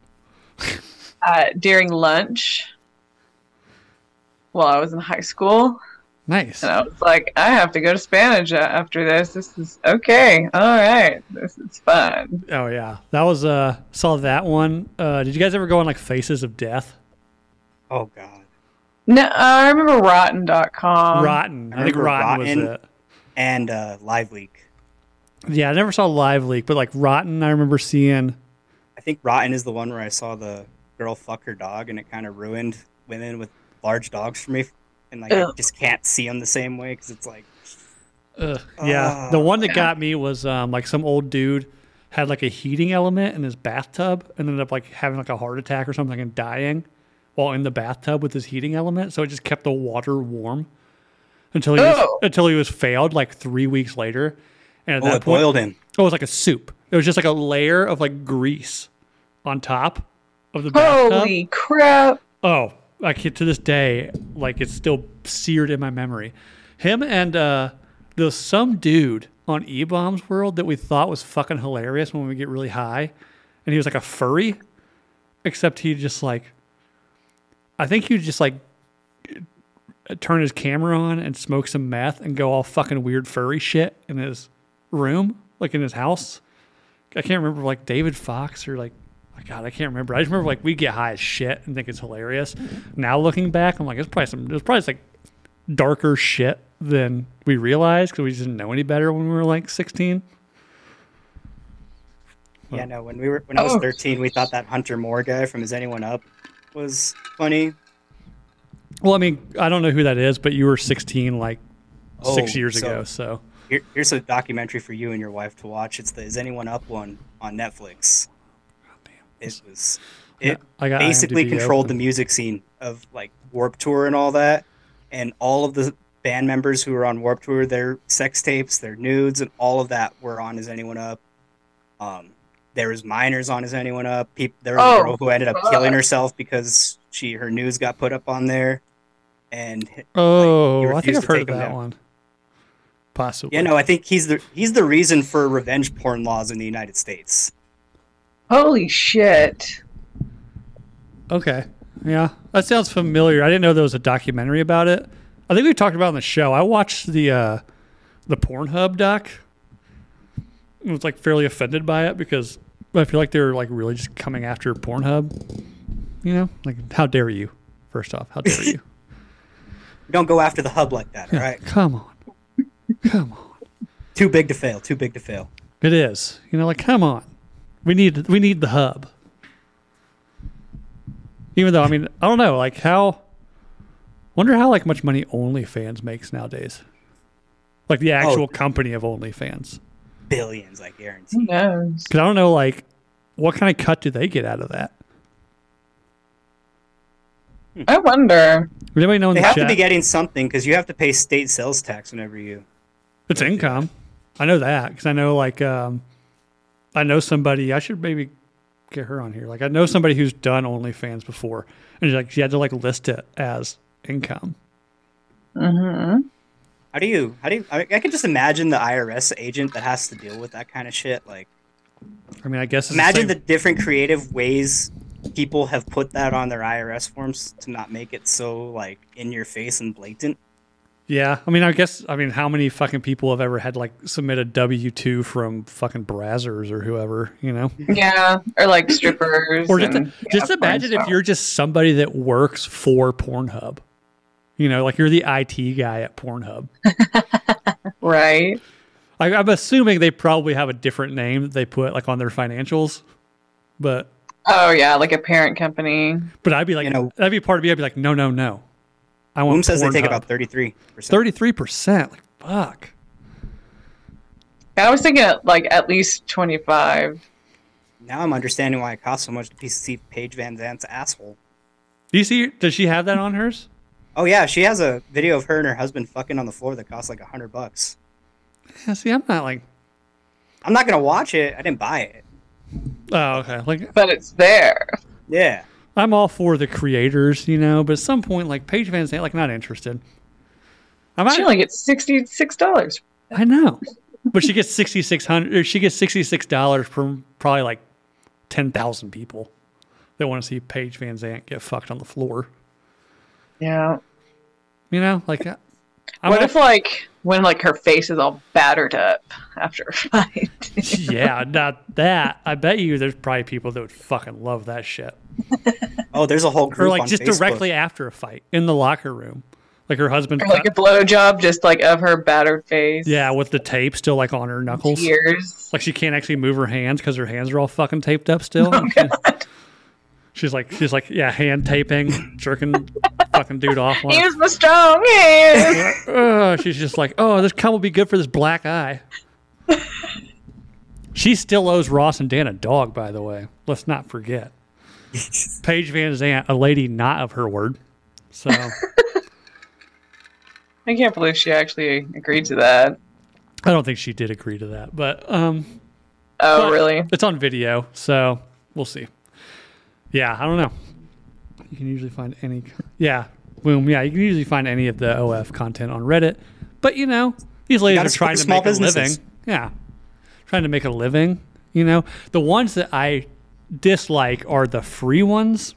C: uh, during lunch while I was in high school.
B: Nice.
C: And I was like, I have to go to Spanish a- after this. This is okay. All right. This is fun.
B: Oh yeah, that was uh saw that one. Uh, did you guys ever go on like Faces of Death?
A: Oh god.
C: No, uh, I remember rotten.com.
B: Rotten. I, think
A: remember
B: Rotten, was
A: Rotten.
B: it.
A: And uh, Live Leak.
B: Yeah, I never saw Live Leak, but like Rotten, I remember seeing.
A: I think Rotten is the one where I saw the girl fuck her dog, and it kind of ruined women with large dogs for me. And like, I
C: Ugh.
A: just can't see them the same way because it's like,
B: Ugh, yeah, the
A: Oh,
B: one that
C: yeah.
B: got me was um like some old dude had like a heating element in his bathtub and ended up like having like a heart attack or something and dying while in the bathtub with his heating element. So it just kept the water warm until he was,
C: Oh.
B: until he was failed like three weeks later. And at
A: oh,
B: that
A: it
B: point,
A: boiled him.
B: It was like a soup. It was just like a layer of like grease on top of the bathtub.
C: Holy crap.
B: Oh, I can, to this day, like it's still seared in my memory. Him and uh, there's some dude on E Bombs World that we thought was fucking hilarious when we get really high, and he was like a furry, except he just like, I think he would just like turn his camera on and smoke some meth and go all fucking weird furry shit in his room, like in his house. I can't remember like David Fox or like oh, God, I can't remember. I just remember like we get high as shit and think it's hilarious. Now looking back, I'm like it's probably some it's probably like darker shit than we realized because we just didn't know any better when we were like 16.
A: Yeah, no. When we were when I was
C: Oh.
A: 13, we thought that Hunter Moore guy from Is Anyone Up was funny.
B: Well, I mean, I don't know who that is, but you were 16 like six
A: Oh,
B: years
A: so-
B: ago, so
A: Here, here's a documentary for you and your wife to watch. It's the Is Anyone Up one on Netflix. It was it
B: I got
A: basically
B: IMDb
A: controlled
B: open.
A: the music scene of like Warp Tour and all that, and all of the band members who were on Warp Tour, their sex tapes, their nudes, and all of that were on Is Anyone Up. Um, there was minors on Is Anyone Up. Peop there was
C: Oh,
A: a girl who ended up killing
C: fuck.
A: herself because she her nudes got put up on there, and
B: Oh, I think
A: refused
B: I've
A: to
B: heard of
A: take 'em
B: that
A: down.
B: one. Possibly.
A: you know I think he's the he's the reason for revenge porn laws in the United States.
C: Holy shit.
B: Okay. Yeah. That sounds familiar. I didn't know there was a documentary about it. I think we talked about it on the show. I watched the uh the Pornhub doc. I was like fairly offended by it because I feel like they're like really just coming after Pornhub. You know? Like how dare you? First off, how dare you?
A: We don't go after the hub like that. All
B: *laughs*
A: right,
B: Come on. Come on.
A: too big to fail. Too big to fail.
B: It is. You know, like come on. We need we need the hub. Even though I mean, I don't know, like how wonder how like much money OnlyFans makes nowadays. Like the actual
A: Oh.
B: company of OnlyFans.
A: Billions, I guarantee.
C: Who knows?
B: Cuz I don't know like what kind of cut do they get out of that?
C: I
B: *laughs*
C: wonder.
B: Does Anybody know in
A: They
B: the
A: have to
B: chat?
A: be getting something because you have to pay state sales tax whenever you.
B: it's income. I know that cuz I know like um I know somebody I should maybe get her on here. Like I know somebody who's done OnlyFans before and she's like she had to like list it as income.
C: hmm
A: How do you? How do you? I, I can just imagine the IRS agent that has to deal with that kind of shit. Like,
B: I mean, I guess it's
A: imagine
B: the,
A: the
B: same-
A: different creative ways people have put that on their IRS forms to not make it so like in your face and blatant.
B: yeah. I mean, I guess I mean, how many fucking people have ever had like submit a W two from fucking Brazzers or whoever, you know?
C: Yeah. Or like strippers.
B: Or just
C: and-
B: just
C: yeah,
B: imagine if
C: porn
B: you're just somebody that works for Pornhub, you know, like you're the IT guy at Pornhub.
C: stuff. Right.
B: I, I'm assuming they probably have a different name that they put like on their financials, but
C: Oh, yeah. Like a parent company.
B: but I'd be like,
A: You know-
B: that'd be part of me. I'd be like, no, no, no. I want.
A: Bloom says they take
B: Pornhub.
A: about thirty-three percent.
B: thirty-three percent. Like fuck.
C: I was thinking at, like at least 25.
A: Now I'm understanding why it costs so much to see Paige Van Zandt's asshole.
B: Do you see? Does she have that on hers?
A: Oh yeah, she has a video of her and her husband fucking on the floor that costs like a hundred bucks.
B: Yeah. See, I'm not like
A: I'm not gonna watch it. I didn't buy it.
B: Oh, okay. Like
C: But it's there.
A: Yeah.
B: I'm all for the creators, you know, but at some point, like Paige Van Zandt, like not interested. I might,
C: She only gets $66. *laughs*
B: I know, but she gets uh, sixty six hundred. She gets sixty six dollars from probably like ten thousand people. They want to see Paige Van Zant get fucked on the floor.
C: Yeah.
B: You know, like that. I'm
C: what
B: all-
C: if like when like her face is all battered up after a fight?
B: *laughs*
C: *laughs*
B: yeah, not that. I bet you there's probably people that would fucking love that shit.
A: Oh, there's a whole group
B: Or like
A: on
B: just
A: Facebook.
B: directly after a fight in the locker room. Like her husband.
C: or like a blowjob just like of her battered face.
B: yeah, with the tape still like on her knuckles.
C: Tears.
B: Like she can't actually move her hands because her hands are all fucking taped up still. *laughs* She's like, she's like, yeah, hand taping, jerking, *laughs* fucking dude off. On
C: Use my strong hands.
B: *laughs* Uh, she's just like, oh, this cum will be good for this black eye. she still owes Ross and Dan a dog, by the way. Let's not forget. Paige Van Zant, a lady not of her word. So I
C: I can't believe she actually agreed to that.
B: don't think she did agree to that, but um,
C: Oh,
B: but
C: really?
B: It's on video, so we'll see. Yeah, I don't know. You can usually find any. Yeah, boom. Yeah, you can usually find any of the OF content on Reddit. But you know, these ladies
A: gotta
B: are trying to
A: support
B: make
A: small
B: a
A: businesses.
B: living. Yeah, trying to make a living. You know, the ones that I dislike are the free ones.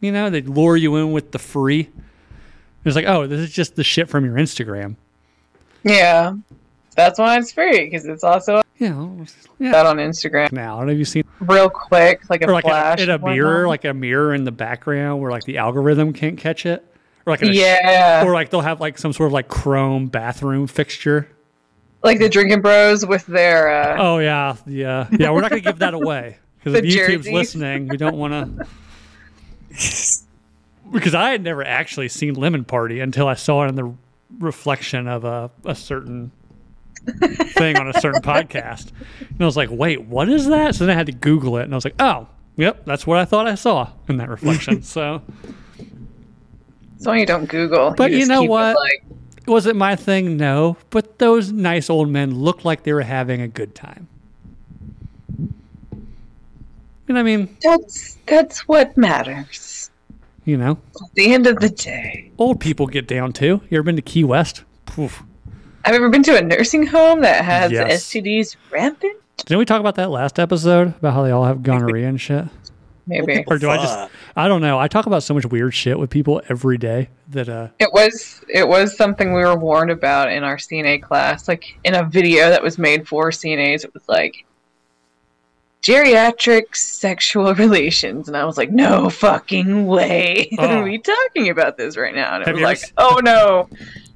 B: You know, they lure you in with the free. It's like, oh, this is just the shit from your Instagram.
C: Yeah. That's why it's free because it's also
B: Yeah, I'll- yeah.
C: out on Instagram.
B: Now, I don't know if you've seen
C: Real quick, like a
B: or like
C: flash.
B: a, in a
C: and whatnot.
B: mirror, like a mirror in the background where like the algorithm can't catch it, or like in a-
C: yeah,
B: or like they'll have like some sort of like chrome bathroom fixture.
C: like the drinking bros with their. Uh,
B: Oh yeah, yeah, yeah. We're not gonna give that away because if
C: The
B: YouTube's
C: jerseys.
B: listening, we don't *laughs* want to. Because I had never actually seen Lemon Party until I saw it in the reflection of a,
C: *laughs*
B: a certain thing on a certain podcast. And I was like, wait, what is that? So then I had to Google it and I was like, oh, yep, that's what I thought I saw in that
C: *laughs*
B: reflection. So
C: It's only you don't Google.
B: But you
C: just
B: know
C: keep it,
B: what?
C: like,
B: Was it my thing? No. But those nice old men looked like they were having a good time. You know what I mean?
C: that's that's what matters.
B: You know,
C: At the end of the day,
B: old people get down too. You ever been to Key West? Poof.
C: I've ever been to a nursing home that has
B: Yes.
C: STDs rampant.
B: Didn't we talk about that last episode about how they all have gonorrhea and shit?
C: Maybe
B: Or *laughs* do I
A: Fuck.
B: just, I don't know. I talk about so much weird shit with people every day that, uh,
C: it was it was something we were warned about in our CNA class, like in a video that was made for CNAs. It was like geriatric sexual *laughs* relations, and I was like, "No fucking way! *laughs*
B: Oh.
C: Are we talking about this right now?" And it
B: Have
C: was
B: you ever
C: like,
B: s-
C: "Oh no."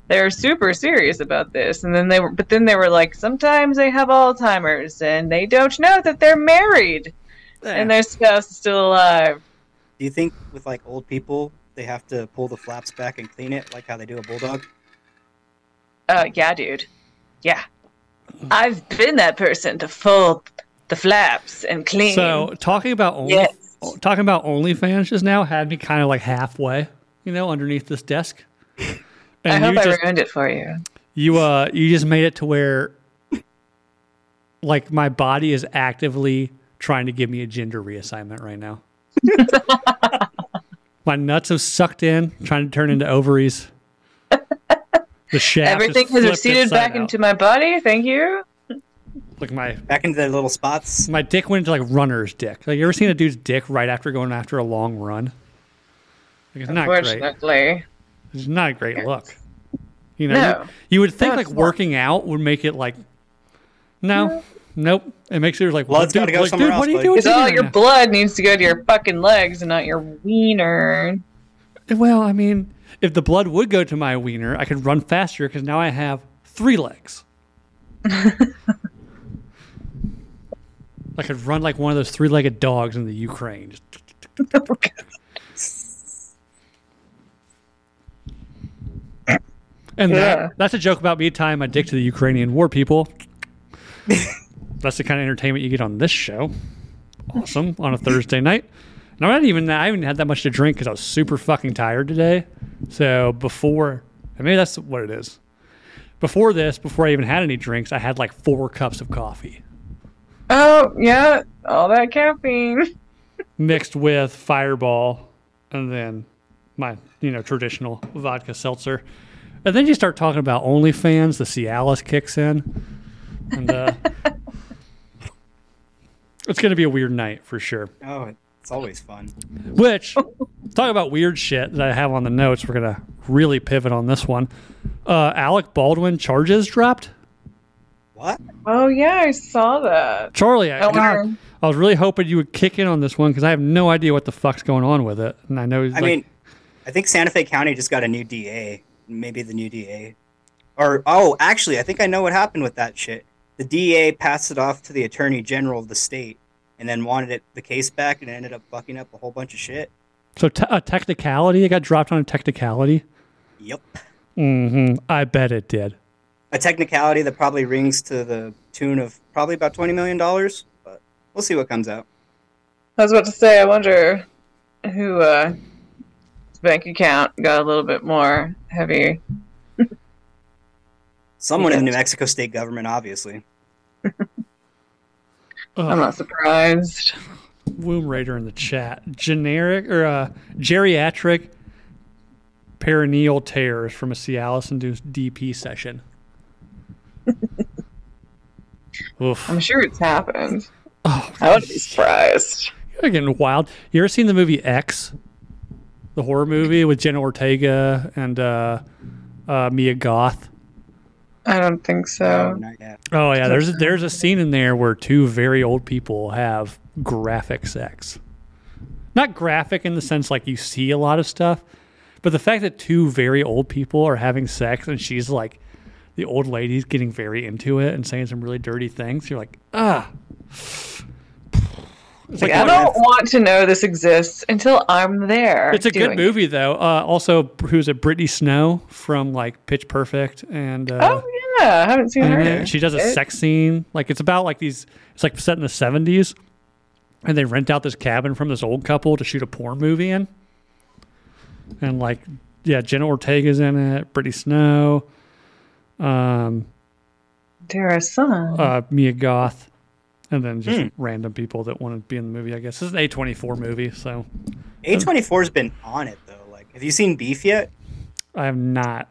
C: They're super serious about this, and then they were, but then they were like, sometimes they have Alzheimer's and they don't know that they're married
B: Eh.
C: and their spouse is still alive.
A: Do you think with like old people, they have to pull the flaps back and clean it, like how they do a bulldog?
C: Uh, yeah, dude. Yeah. I've been that person to fold the flaps and clean.
B: so talking about only,
C: Yes.
B: talking about OnlyFans just now had me kind of like halfway, you know, underneath this desk. And
C: I hope
B: you
C: I
B: just-
C: ruined it for you.
B: You uh you just made it to where like my body is actively trying to give me a gender reassignment
C: *laughs*
B: right now. my nuts have sucked in, trying to turn into ovaries. The shaft
C: Everything
B: is
C: has
B: flipped
C: receded
B: inside
C: back
B: out.
C: into my body. Thank you.
B: like my
A: Back into their little spots.
B: my dick went into like runner's dick. Like you ever seen a dude's dick right after going after a long run? Like, it's not great.
C: Unfortunately.
B: It's not a great look. You know,
C: No.
B: you, you would think
C: No,
B: like
C: it's not.
B: working out would make it like, no, nope. It makes it like, well,
A: Blood's
B: dude,
A: gotta go
B: like, dude,
A: somewhere else,
B: what are you
A: buddy.
B: doing?
C: Because all
B: here
C: your
B: now?
C: blood needs to go to your fucking legs and not your wiener.
B: well, I mean, if the blood would go to my wiener, I could run faster because now I have three legs. I could run like one of those three-legged dogs in the Ukraine. Just *laughs* And
C: Yeah.
B: that, that's a joke about me tying my dick to the Ukrainian war people. that's the kind of entertainment you get on this show. Awesome on a Thursday night. And I'm not even I haven't had that much to drink because I was super fucking tired today. So before, and maybe that's what it is. Before this, before I even had any drinks, I had like four cups of coffee
C: Oh, yeah. All that caffeine.
B: mixed with Fireball, and then my you know traditional vodka seltzer. And then you start talking about OnlyFans, the Cialis kicks in, *laughs* and uh, it's going to be a weird night for sure.
A: Oh, It's always fun.
B: Which, talk about weird shit that I have on the notes. We're going to really pivot on this one. Uh, Alec Baldwin charges dropped.
A: What?
C: Oh yeah, I saw that.
B: Charlie, I,
C: Oh,
B: God,
C: wow.
B: I was really hoping you would kick in on this one because I have no idea what the fuck's going on with it. And I know,
A: I
B: like,
A: mean, I think Santa Fe County just got a new DA. Maybe the new DA. Or, oh, actually, I think I know what happened with that shit. The DA passed it off to the Attorney General of the state and then wanted it, the case back and it ended up fucking up a whole bunch of shit.
B: so te- a technicality. It got dropped on a technicality.
A: Yep.
B: hmm I bet it did.
A: A technicality that probably rings to the tune of probably about $20 million, but we'll see what comes out.
C: I was about to say, I wonder who uh, his bank account got a little bit more heavy.
A: Someone in the
C: Yeah.
A: New Mexico state government, obviously.
C: I'm
B: Uh,
C: not surprised.
B: womb raider in the chat. Generic or uh, geriatric perineal tears from a Cialis induced DP session. Oof.
C: I'm sure it's happened.
B: Oh,
C: I would be surprised.
B: You're getting wild. You ever seen the movie X, the horror movie with Jenna Ortega and uh, uh, Mia Goth?
C: I don't think
A: Oh,
C: so.
A: not yet.
B: Oh
C: *laughs*
B: yeah, there's there's a scene in there where two very old people have graphic sex. Not graphic in the sense like you see a lot of stuff, but the fact that two very old people are having sex and she's like the old lady's getting very into it and saying some really dirty things, you're like, ah. It's
C: Like,
B: like
C: I
B: one-
C: don't want to know this exists until I'm there.
B: It's a
C: doing
B: good
C: it.
B: movie though. Uh, also, who's it? Brittany Snow from like Pitch Perfect, and uh,
C: Oh yeah, I haven't seen
B: and
C: her.
B: then she does a
C: It-
B: sex scene. Like it's about like these. It's like set in the seventies, and they rent out this cabin from this old couple to shoot a porn movie in. And like, yeah, Jenna Ortega's in it. Brittany Snow, um,
C: Dear son.
B: uh, Mia Goth, and then just
C: Hmm.
B: random people that want to be in the movie. I guess this is an A twenty four movie, so
A: A24 has been on it, though. Like, have you seen Beef yet?
B: I have not.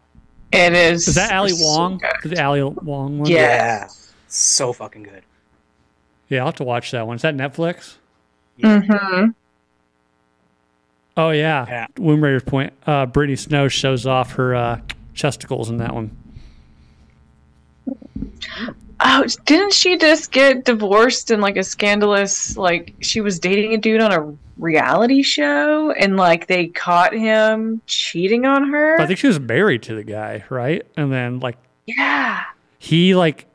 C: it is.
B: Is that Ali
C: so
B: Wong?
C: good.
B: The Ali Wong one?
C: Yeah.
A: So fucking good.
B: Yeah, I'll have to watch that one. Is that Netflix?
C: Mhm.
B: Oh yeah.
A: Yeah.
B: Womb Raider's point. Uh, Brittany Snow shows off her uh, chesticles in that one.
C: Oh, didn't she just get divorced in like a scandalous like she was dating a dude on a reality show and like they caught him cheating on her?
B: But I think she was married to the guy, right? And then like
C: yeah.
B: he like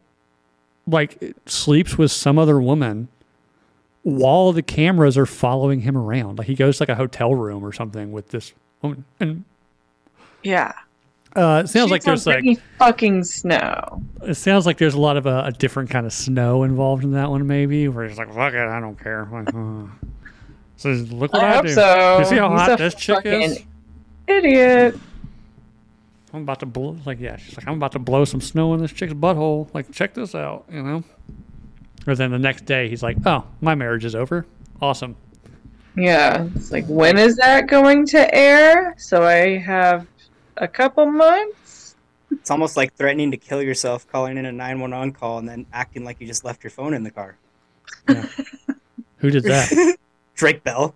B: like sleeps with some other woman while the cameras are following him around. Like he goes to like a hotel room or something with this woman. And
C: Yeah.
B: uh, it sounds like
C: She's
B: there's
C: on
B: like
C: Britney fucking snow.
B: It sounds like there's a lot of uh, a different kind of snow involved in that one, maybe. Where he's like, "Fuck it, I don't care." *laughs* Like, uh. So he's, look what
C: I
B: I,
C: hope
B: do.
C: so.
B: You see how
C: He's
B: hot
C: a
B: this chick is?
C: fucking Idiot.
B: I'm about to blow. Like, yeah, she's like, "I'm about to blow some snow in this chick's butthole." Like, check this out, you know. Or then the next day, he's like, "Oh, my marriage is over. Awesome."
C: Yeah. It's like when is that going to air? So I have a couple months.
A: It's almost like threatening to kill yourself, calling in a 911 call, and then acting like you just left your phone in the car.
B: Who did
A: *laughs*
B: that?
A: Drake Bell.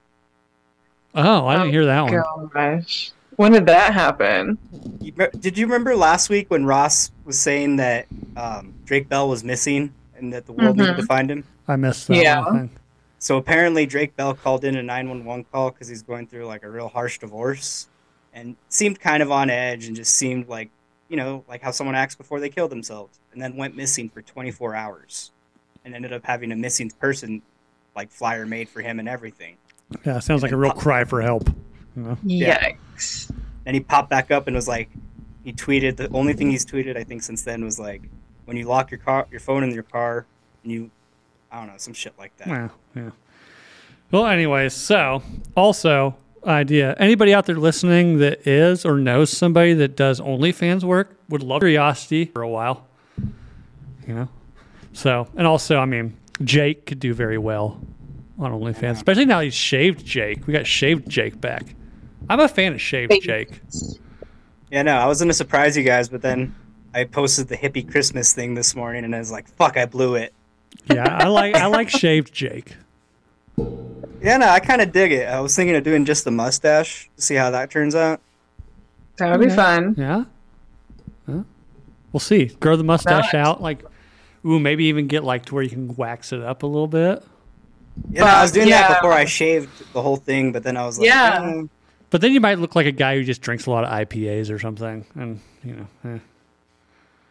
B: oh, I didn't
C: Oh,
B: hear that one.
C: Gosh. When did that happen?
A: You, me- did you remember last week when Ross was saying that um, Drake Bell was missing and that the world needed
C: Mm-hmm.
A: to find him?
B: I missed that.
C: Yeah.
B: One, I think.
A: So apparently, Drake Bell called in a 911 call because he's going through like a real harsh divorce and seemed kind of on edge and just seemed like, you know, like how someone acts before they kill themselves and then went missing for 24 hours and ended up having a missing person like flyer made for him and everything.
B: Yeah, it sounds like a real cry for help. You know?
A: Yeah.
C: Yikes.
A: Then he popped back up and was like, he tweeted the only thing he's tweeted I think since then was like, when you lock your car, your phone in your car, and you, I don't know, some shit like that.
B: Well, yeah. Well, anyways, so also idea. Anybody out there listening that is or knows somebody that does OnlyFans work would love curiosity for a while. You know? So and also I mean, Jake could do very well on OnlyFans, especially now he's shaved Jake. We got shaved Jake back. I'm a fan of shaved
C: Thank you.
B: Jake.
A: Yeah, no, I was gonna surprise you guys, but then I posted the hippie Christmas thing this morning, and I was like, fuck, I blew it.
B: Yeah, I like I like shaved Jake.
A: Yeah, no, I kind of dig it. I was thinking of doing just the mustache to see how that turns out.
C: That would be fun.
B: Yeah. Huh? We'll see. Grow the mustache
C: Nice.
B: out. Like, ooh, maybe even get like to where you can wax it up a little bit.
A: Yeah, no, I was
C: But,
A: doing
C: yeah.
A: that before I shaved the whole thing, but then I was like,
C: Yeah.
A: mm,
B: But then you might look like a guy who just drinks a lot of IPAs or something. And, you know, eh,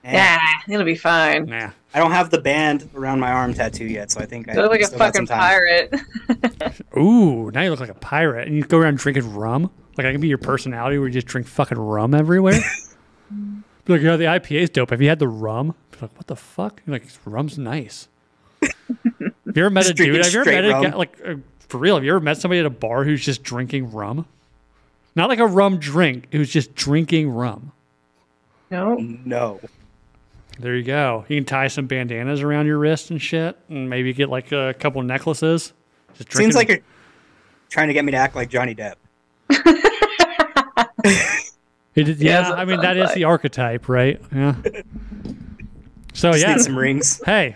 A: eh.
C: Yeah, it'll be fine.
B: nah.
A: I don't have the band around my arm tattoo yet, so I think I
C: You look like a
A: still got
C: fucking
A: some time.
C: pirate. *laughs*
B: Ooh, now you look like a pirate and you go around drinking rum. Like, I can be your personality where you just drink fucking
A: *laughs*
B: rum everywhere. Be like, yeah, the IPA's dope. Have you had the rum? Be like, what the fuck? You're like,
A: *laughs*
B: rum's nice. have you ever met
A: Just
B: a dude?
A: drinking
B: Have you ever
A: straight
B: met a
A: rum.
B: guy, like, uh, for real, have you ever met somebody at a bar who's just drinking rum? Not like a rum drink, who's just drinking rum.
C: No.
A: No.
B: There you go. You can tie some bandanas around your wrist and shit, and maybe get like a couple necklaces. Just drinking.
A: Seems like you're trying to get me to act like Johnny Depp.
B: It is- yeah.
C: that's what
B: I
C: it
B: mean, that
C: sounds
B: is the archetype, right? Yeah. So
A: Just
B: Oh, yeah.
A: need some rings.
B: Hey,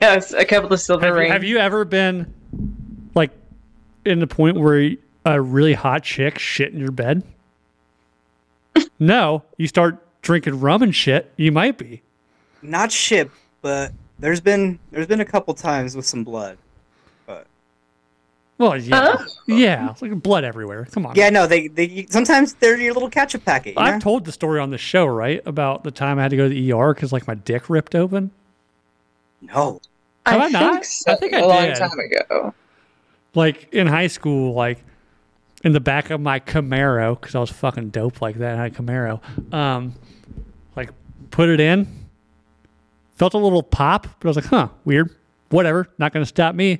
C: Yes, a couple of silver
B: have you,
C: rings.
B: have you ever been like in the point where a really hot chick shit in your bed? no, you start drinking rum and shit. You might be.
A: Not ship, but there's been there's been a couple times with some blood.
B: Well, yeah,
C: Huh?
B: yeah. It's like blood everywhere. Come on.
A: Yeah, no, they they sometimes they're your little ketchup packet. You know?
B: I've told the story on the show, right? About the time I had to go to the ER because like my dick ripped open.
A: no.
B: Have I
C: think
B: not?
C: so.
B: I think I
C: a long
B: did.
C: time ago.
B: Like in high school, like in the back of my Camaro because I was fucking dope like that. I had a Camaro. Um, like put it in. Felt a little pop, but I was like, huh, weird. Whatever, not gonna stop me.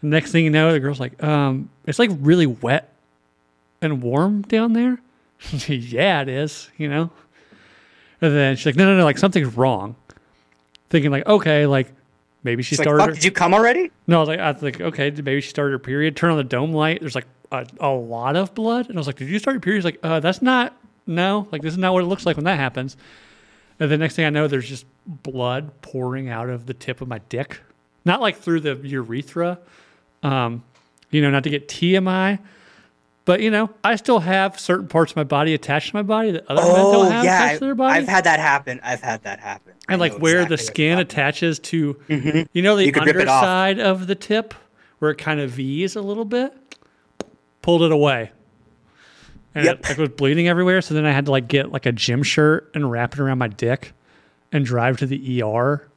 B: Next thing you know, the girl's like, um, it's like really wet and warm down there. *laughs* yeah, it is, you know. And then she's like, no, no, no, like something's wrong. Thinking like, okay, like maybe she
A: It's like,
B: started.
A: fuck,
B: her-
A: did you come already?
B: no, I was like, I was like, okay, did- maybe she started her period. Turn on the dome light. There's like a, a lot of blood, and I was like, did you start your period? She's like, uh, that's not. No, like this is not what it looks like when that happens. And the next thing I know, there's just blood pouring out of the tip of my dick, not like through the urethra. Um, you know, not to get TMI, but you know, I still have certain parts of my body attached to my body that other men
A: Oh
B: don't have
A: yeah,
B: attached to their
A: I-
B: body
A: I've had that happen. I've had that happen. I
B: and like
A: know
B: where
A: exactly
B: the
A: what you're
B: skin
A: talking
B: attaches to you know the
A: You could rip it off.
B: underside of the tip where it kind of v's a little bit pulled it away and
A: Yep.
B: it like, was bleeding everywhere so then i had to like get like a gym shirt and wrap it around my dick and drive to the er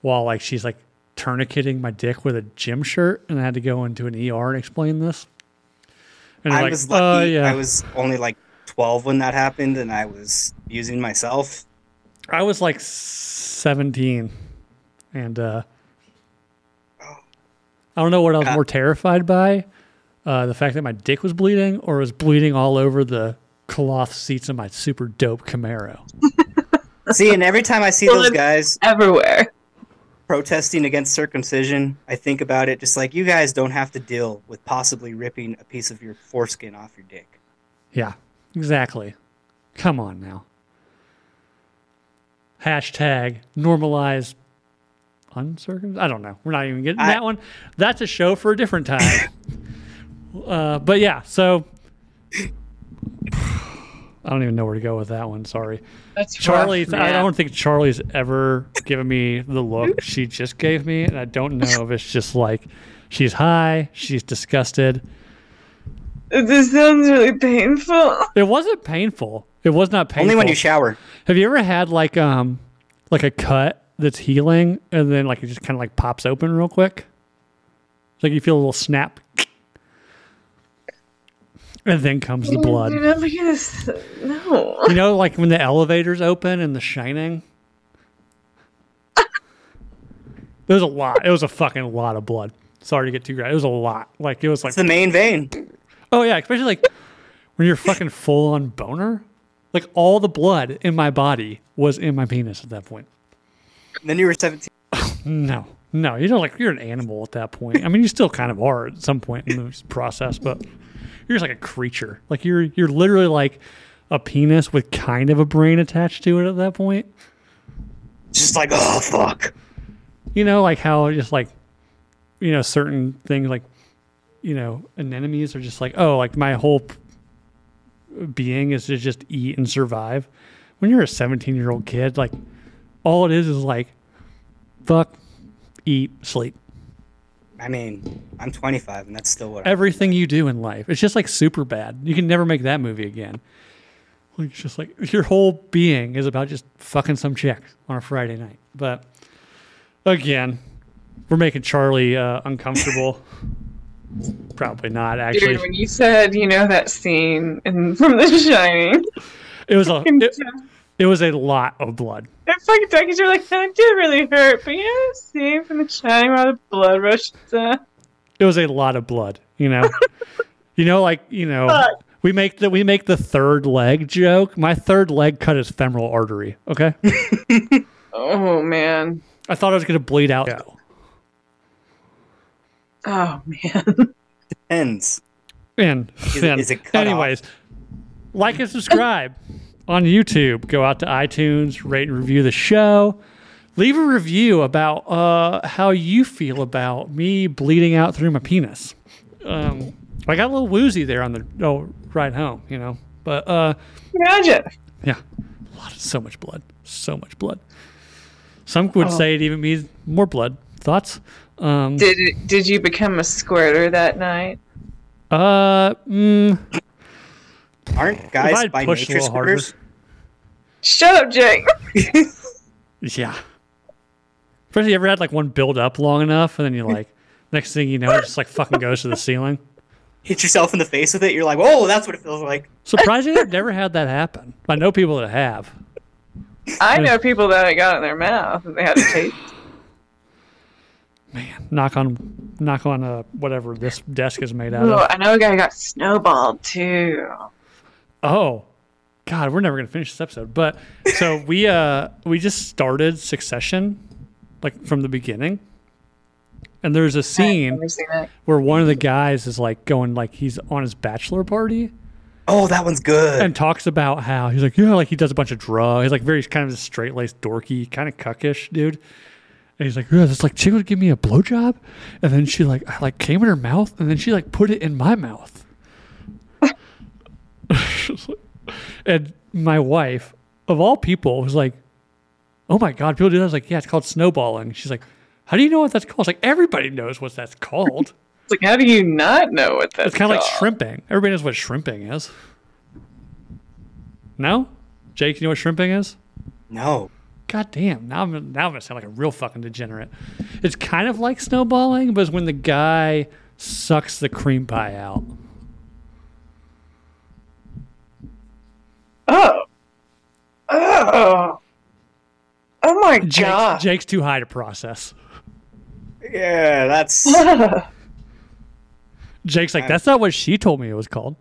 B: while like she's like tourniqueting my dick with a gym shirt and i had to go into an er and explain this and
A: I
B: like,
A: was
B: "Oh,
A: lucky.
B: yeah.
A: I was only like 12 when that happened, and I was using myself.
B: I was like 17 and uh I don't know what I was more terrified by. Uh the fact that my dick was bleeding or was bleeding all over the cloth seats of my super dope Camaro.
A: See, and every time I see
C: Well,
A: those
C: it's-
A: guys
C: Everywhere.
A: protesting against circumcision, I think about it just like you guys don't have to deal with possibly ripping a piece of your foreskin off your dick.
B: Yeah. Exactly. Come on now. Hashtag normalize uncircumcised. I don't know. We're not even getting
A: I-
B: that one. That's a show for a
A: *laughs*
B: different time. uh, but yeah, so I don't even know where to go with that one. Sorry.
C: That's rough,
B: Charlie, I
C: man.
B: don't think Charlie's ever given me
A: *laughs*
B: the look she just gave me. And I don't know if it's just like she's high, she's disgusted.
C: This sounds really painful.
B: It wasn't painful. It was not painful.
A: Only when you shower.
B: Have you ever had like um like a cut that's healing and then like it just kind of like pops open real quick? Like you feel a little snap. And then comes the blood.
C: Dude, I'm gonna s- No.
B: You know like when the elevators open and the shining? There was a lot. It was a fucking lot of blood. Sorry to get too graphic. It was a lot. Like it was like
A: It's the main vein.
B: Oh yeah, especially like when you're fucking full on boner. Like all the blood in my body was in my penis at that point.
A: then you were 17.
B: No, no, you don't like you're an animal at that point. I mean, you still kind of are at some point in this process, but you're just like a creature. Like you're you're literally like a penis with kind of a brain attached to it at that point.
A: Just like, oh, fuck.
B: You know, like how just like you know certain things like you know anemones are just like oh like my whole p- being is to just eat and survive when you're a 17 year old kid like all it is is like fuck eat sleep
A: I mean, I'm 25, and that's still what. I,
B: everything you do in life it's just like super bad you can never make that movie again like it's just like your whole being is about just fucking some chick on a friday night but again we're making charlie uh, uncomfortable probably not actually
C: Dude, when you said you know that scene in, *laughs* from The Shining,
B: it was a
C: it,
B: it, it was a lot of blood
C: fucking sucked 'cause you're like that did really hurt. But you know the scene from The Shining where the blood rushes down.
B: it was a lot of blood you know you know like you know
C: Fuck.
B: we make the we make the third leg joke my third leg cut his femoral artery okay
C: Oh man,
B: i thought i was gonna bleed out
C: oh man. *laughs*
A: Depends.
B: and
A: Is-
B: thin.
A: is it cut off?
B: anyways like and subscribe on youtube go out to itunes rate and review the show leave a review about uh, how you feel about me bleeding out through my penis um, i got a little woozy there on the oh, ride home you know but uh,
C: Imagine.
B: yeah, a lot of so much blood, so much blood. Some
A: Oh.
B: would say it even means more blood. Thoughts? Um,
C: Did it, did you become a squirter that night?
B: uh, mm,
A: Aren't
B: if
A: guys
B: I'd
A: by
B: pushed a
A: nature
B: little harder-
A: squirters?
C: Shut up, Jake.
B: yeah. First, you ever had like one build up long enough, and then you like, *laughs* next thing you know, it just like fucking goes to the ceiling.
A: Hit yourself in the face with it. You're like, whoa, that's what it feels like.
B: Surprisingly, I've never had that happen. I know people that have.
C: I know people that it got in their mouth and they had to taste.
B: Man, knock on, knock on uh, whatever this desk is made out
C: Oh,
B: of.
C: *laughs* I know a guy got snowballed too.
B: Oh, God, we're never gonna finish this episode. But so we uh we just started Succession, like from the beginning. And there's a
C: I've
B: scene
C: never seen it.
B: where one of the guys is like going like he's on his bachelor party
A: Oh, that one's good.
B: and talks about how he's like yeah like he does a bunch of drugs. He's like very kind of straight laced dorky kind of cuckish dude. And he's like, yeah, this like chick would give me a blowjob, and then she like I like came in her mouth, and then she like put it in my mouth. *laughs* and my wife, of all people, was like, "Oh my god, people do that." I was like, "Yeah, it's called snowballing." She's like, "How do you know what that's called?" It's like everybody knows what that's called.
C: It's like, how do you not know what that's
B: It's kind of like
C: called?
B: shrimping. Everybody knows what shrimping is. No, Jake, you know what shrimping is?
A: no,
B: God damn! Now I'm now I'm gonna sound like a real fucking degenerate. It's kind of like snowballing, but it's when the guy sucks the cream pie out.
C: Oh. Oh. Oh my
B: Jake,
C: god.
B: Jake's too high to process.
A: yeah,
B: *laughs*
A: that's
B: Jake's like, that's not what she told me it was called.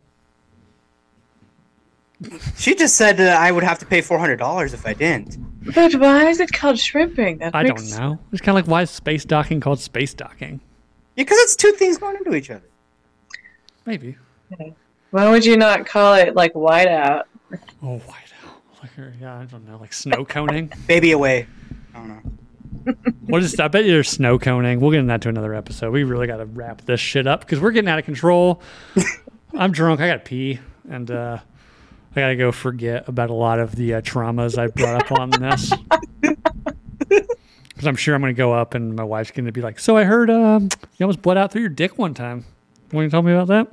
A: She just said that I would have to pay four hundred dollars if I didn't.
C: But why is it called shrimping? That
B: I
C: makes
B: don't know. It's kind of like why is space docking called space docking?
A: Because it's two things going into each other.
B: Maybe.
C: Why would you not call it like whiteout?
B: Oh, why the Like, or, yeah, I don't know. Like snow coning.
A: Baby away. I don't know.
B: what is? I bet you're snow coning. We'll get into that to another episode. We really got to wrap this shit up because we're getting out
A: *laughs*
B: of control. I'm drunk. I got to pee, and uh, I got to go forget about a lot of the uh, traumas I brought up
A: *laughs*
B: on this. Because I'm sure I'm going to go up, and my wife's going to be like, "So I heard um, you almost bled out through your dick one time. Want to tell me about that?"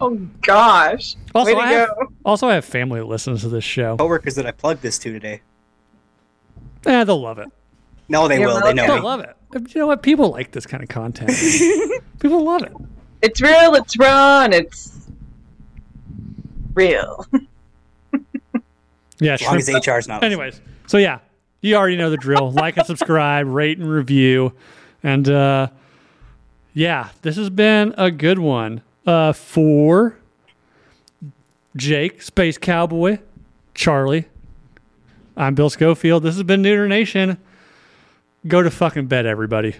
C: Oh gosh.
B: Also,
C: Way to
B: I have,
C: go.
B: also I have family that listens to this show.
A: Coworkers that I plugged this to today.
B: Eh, they'll love it.
A: No, they
C: You're
A: will. They
B: They'll
A: know me.
B: love it. You know what? People like this kind
A: *laughs*
B: of content. People love it.
C: It's real, it's raw, and it's real.
B: Yeah,
A: As long as
B: shrimp-
A: HR's not.
B: *laughs* Anyways, so yeah, you already know the drill. like and subscribe, *laughs* rate and review, and uh, yeah, this has been a good one uh, for Jake, Space Cowboy, Charlie. I'm Bill Schofield. This has been Neuter Nation. Go to fucking bed, everybody.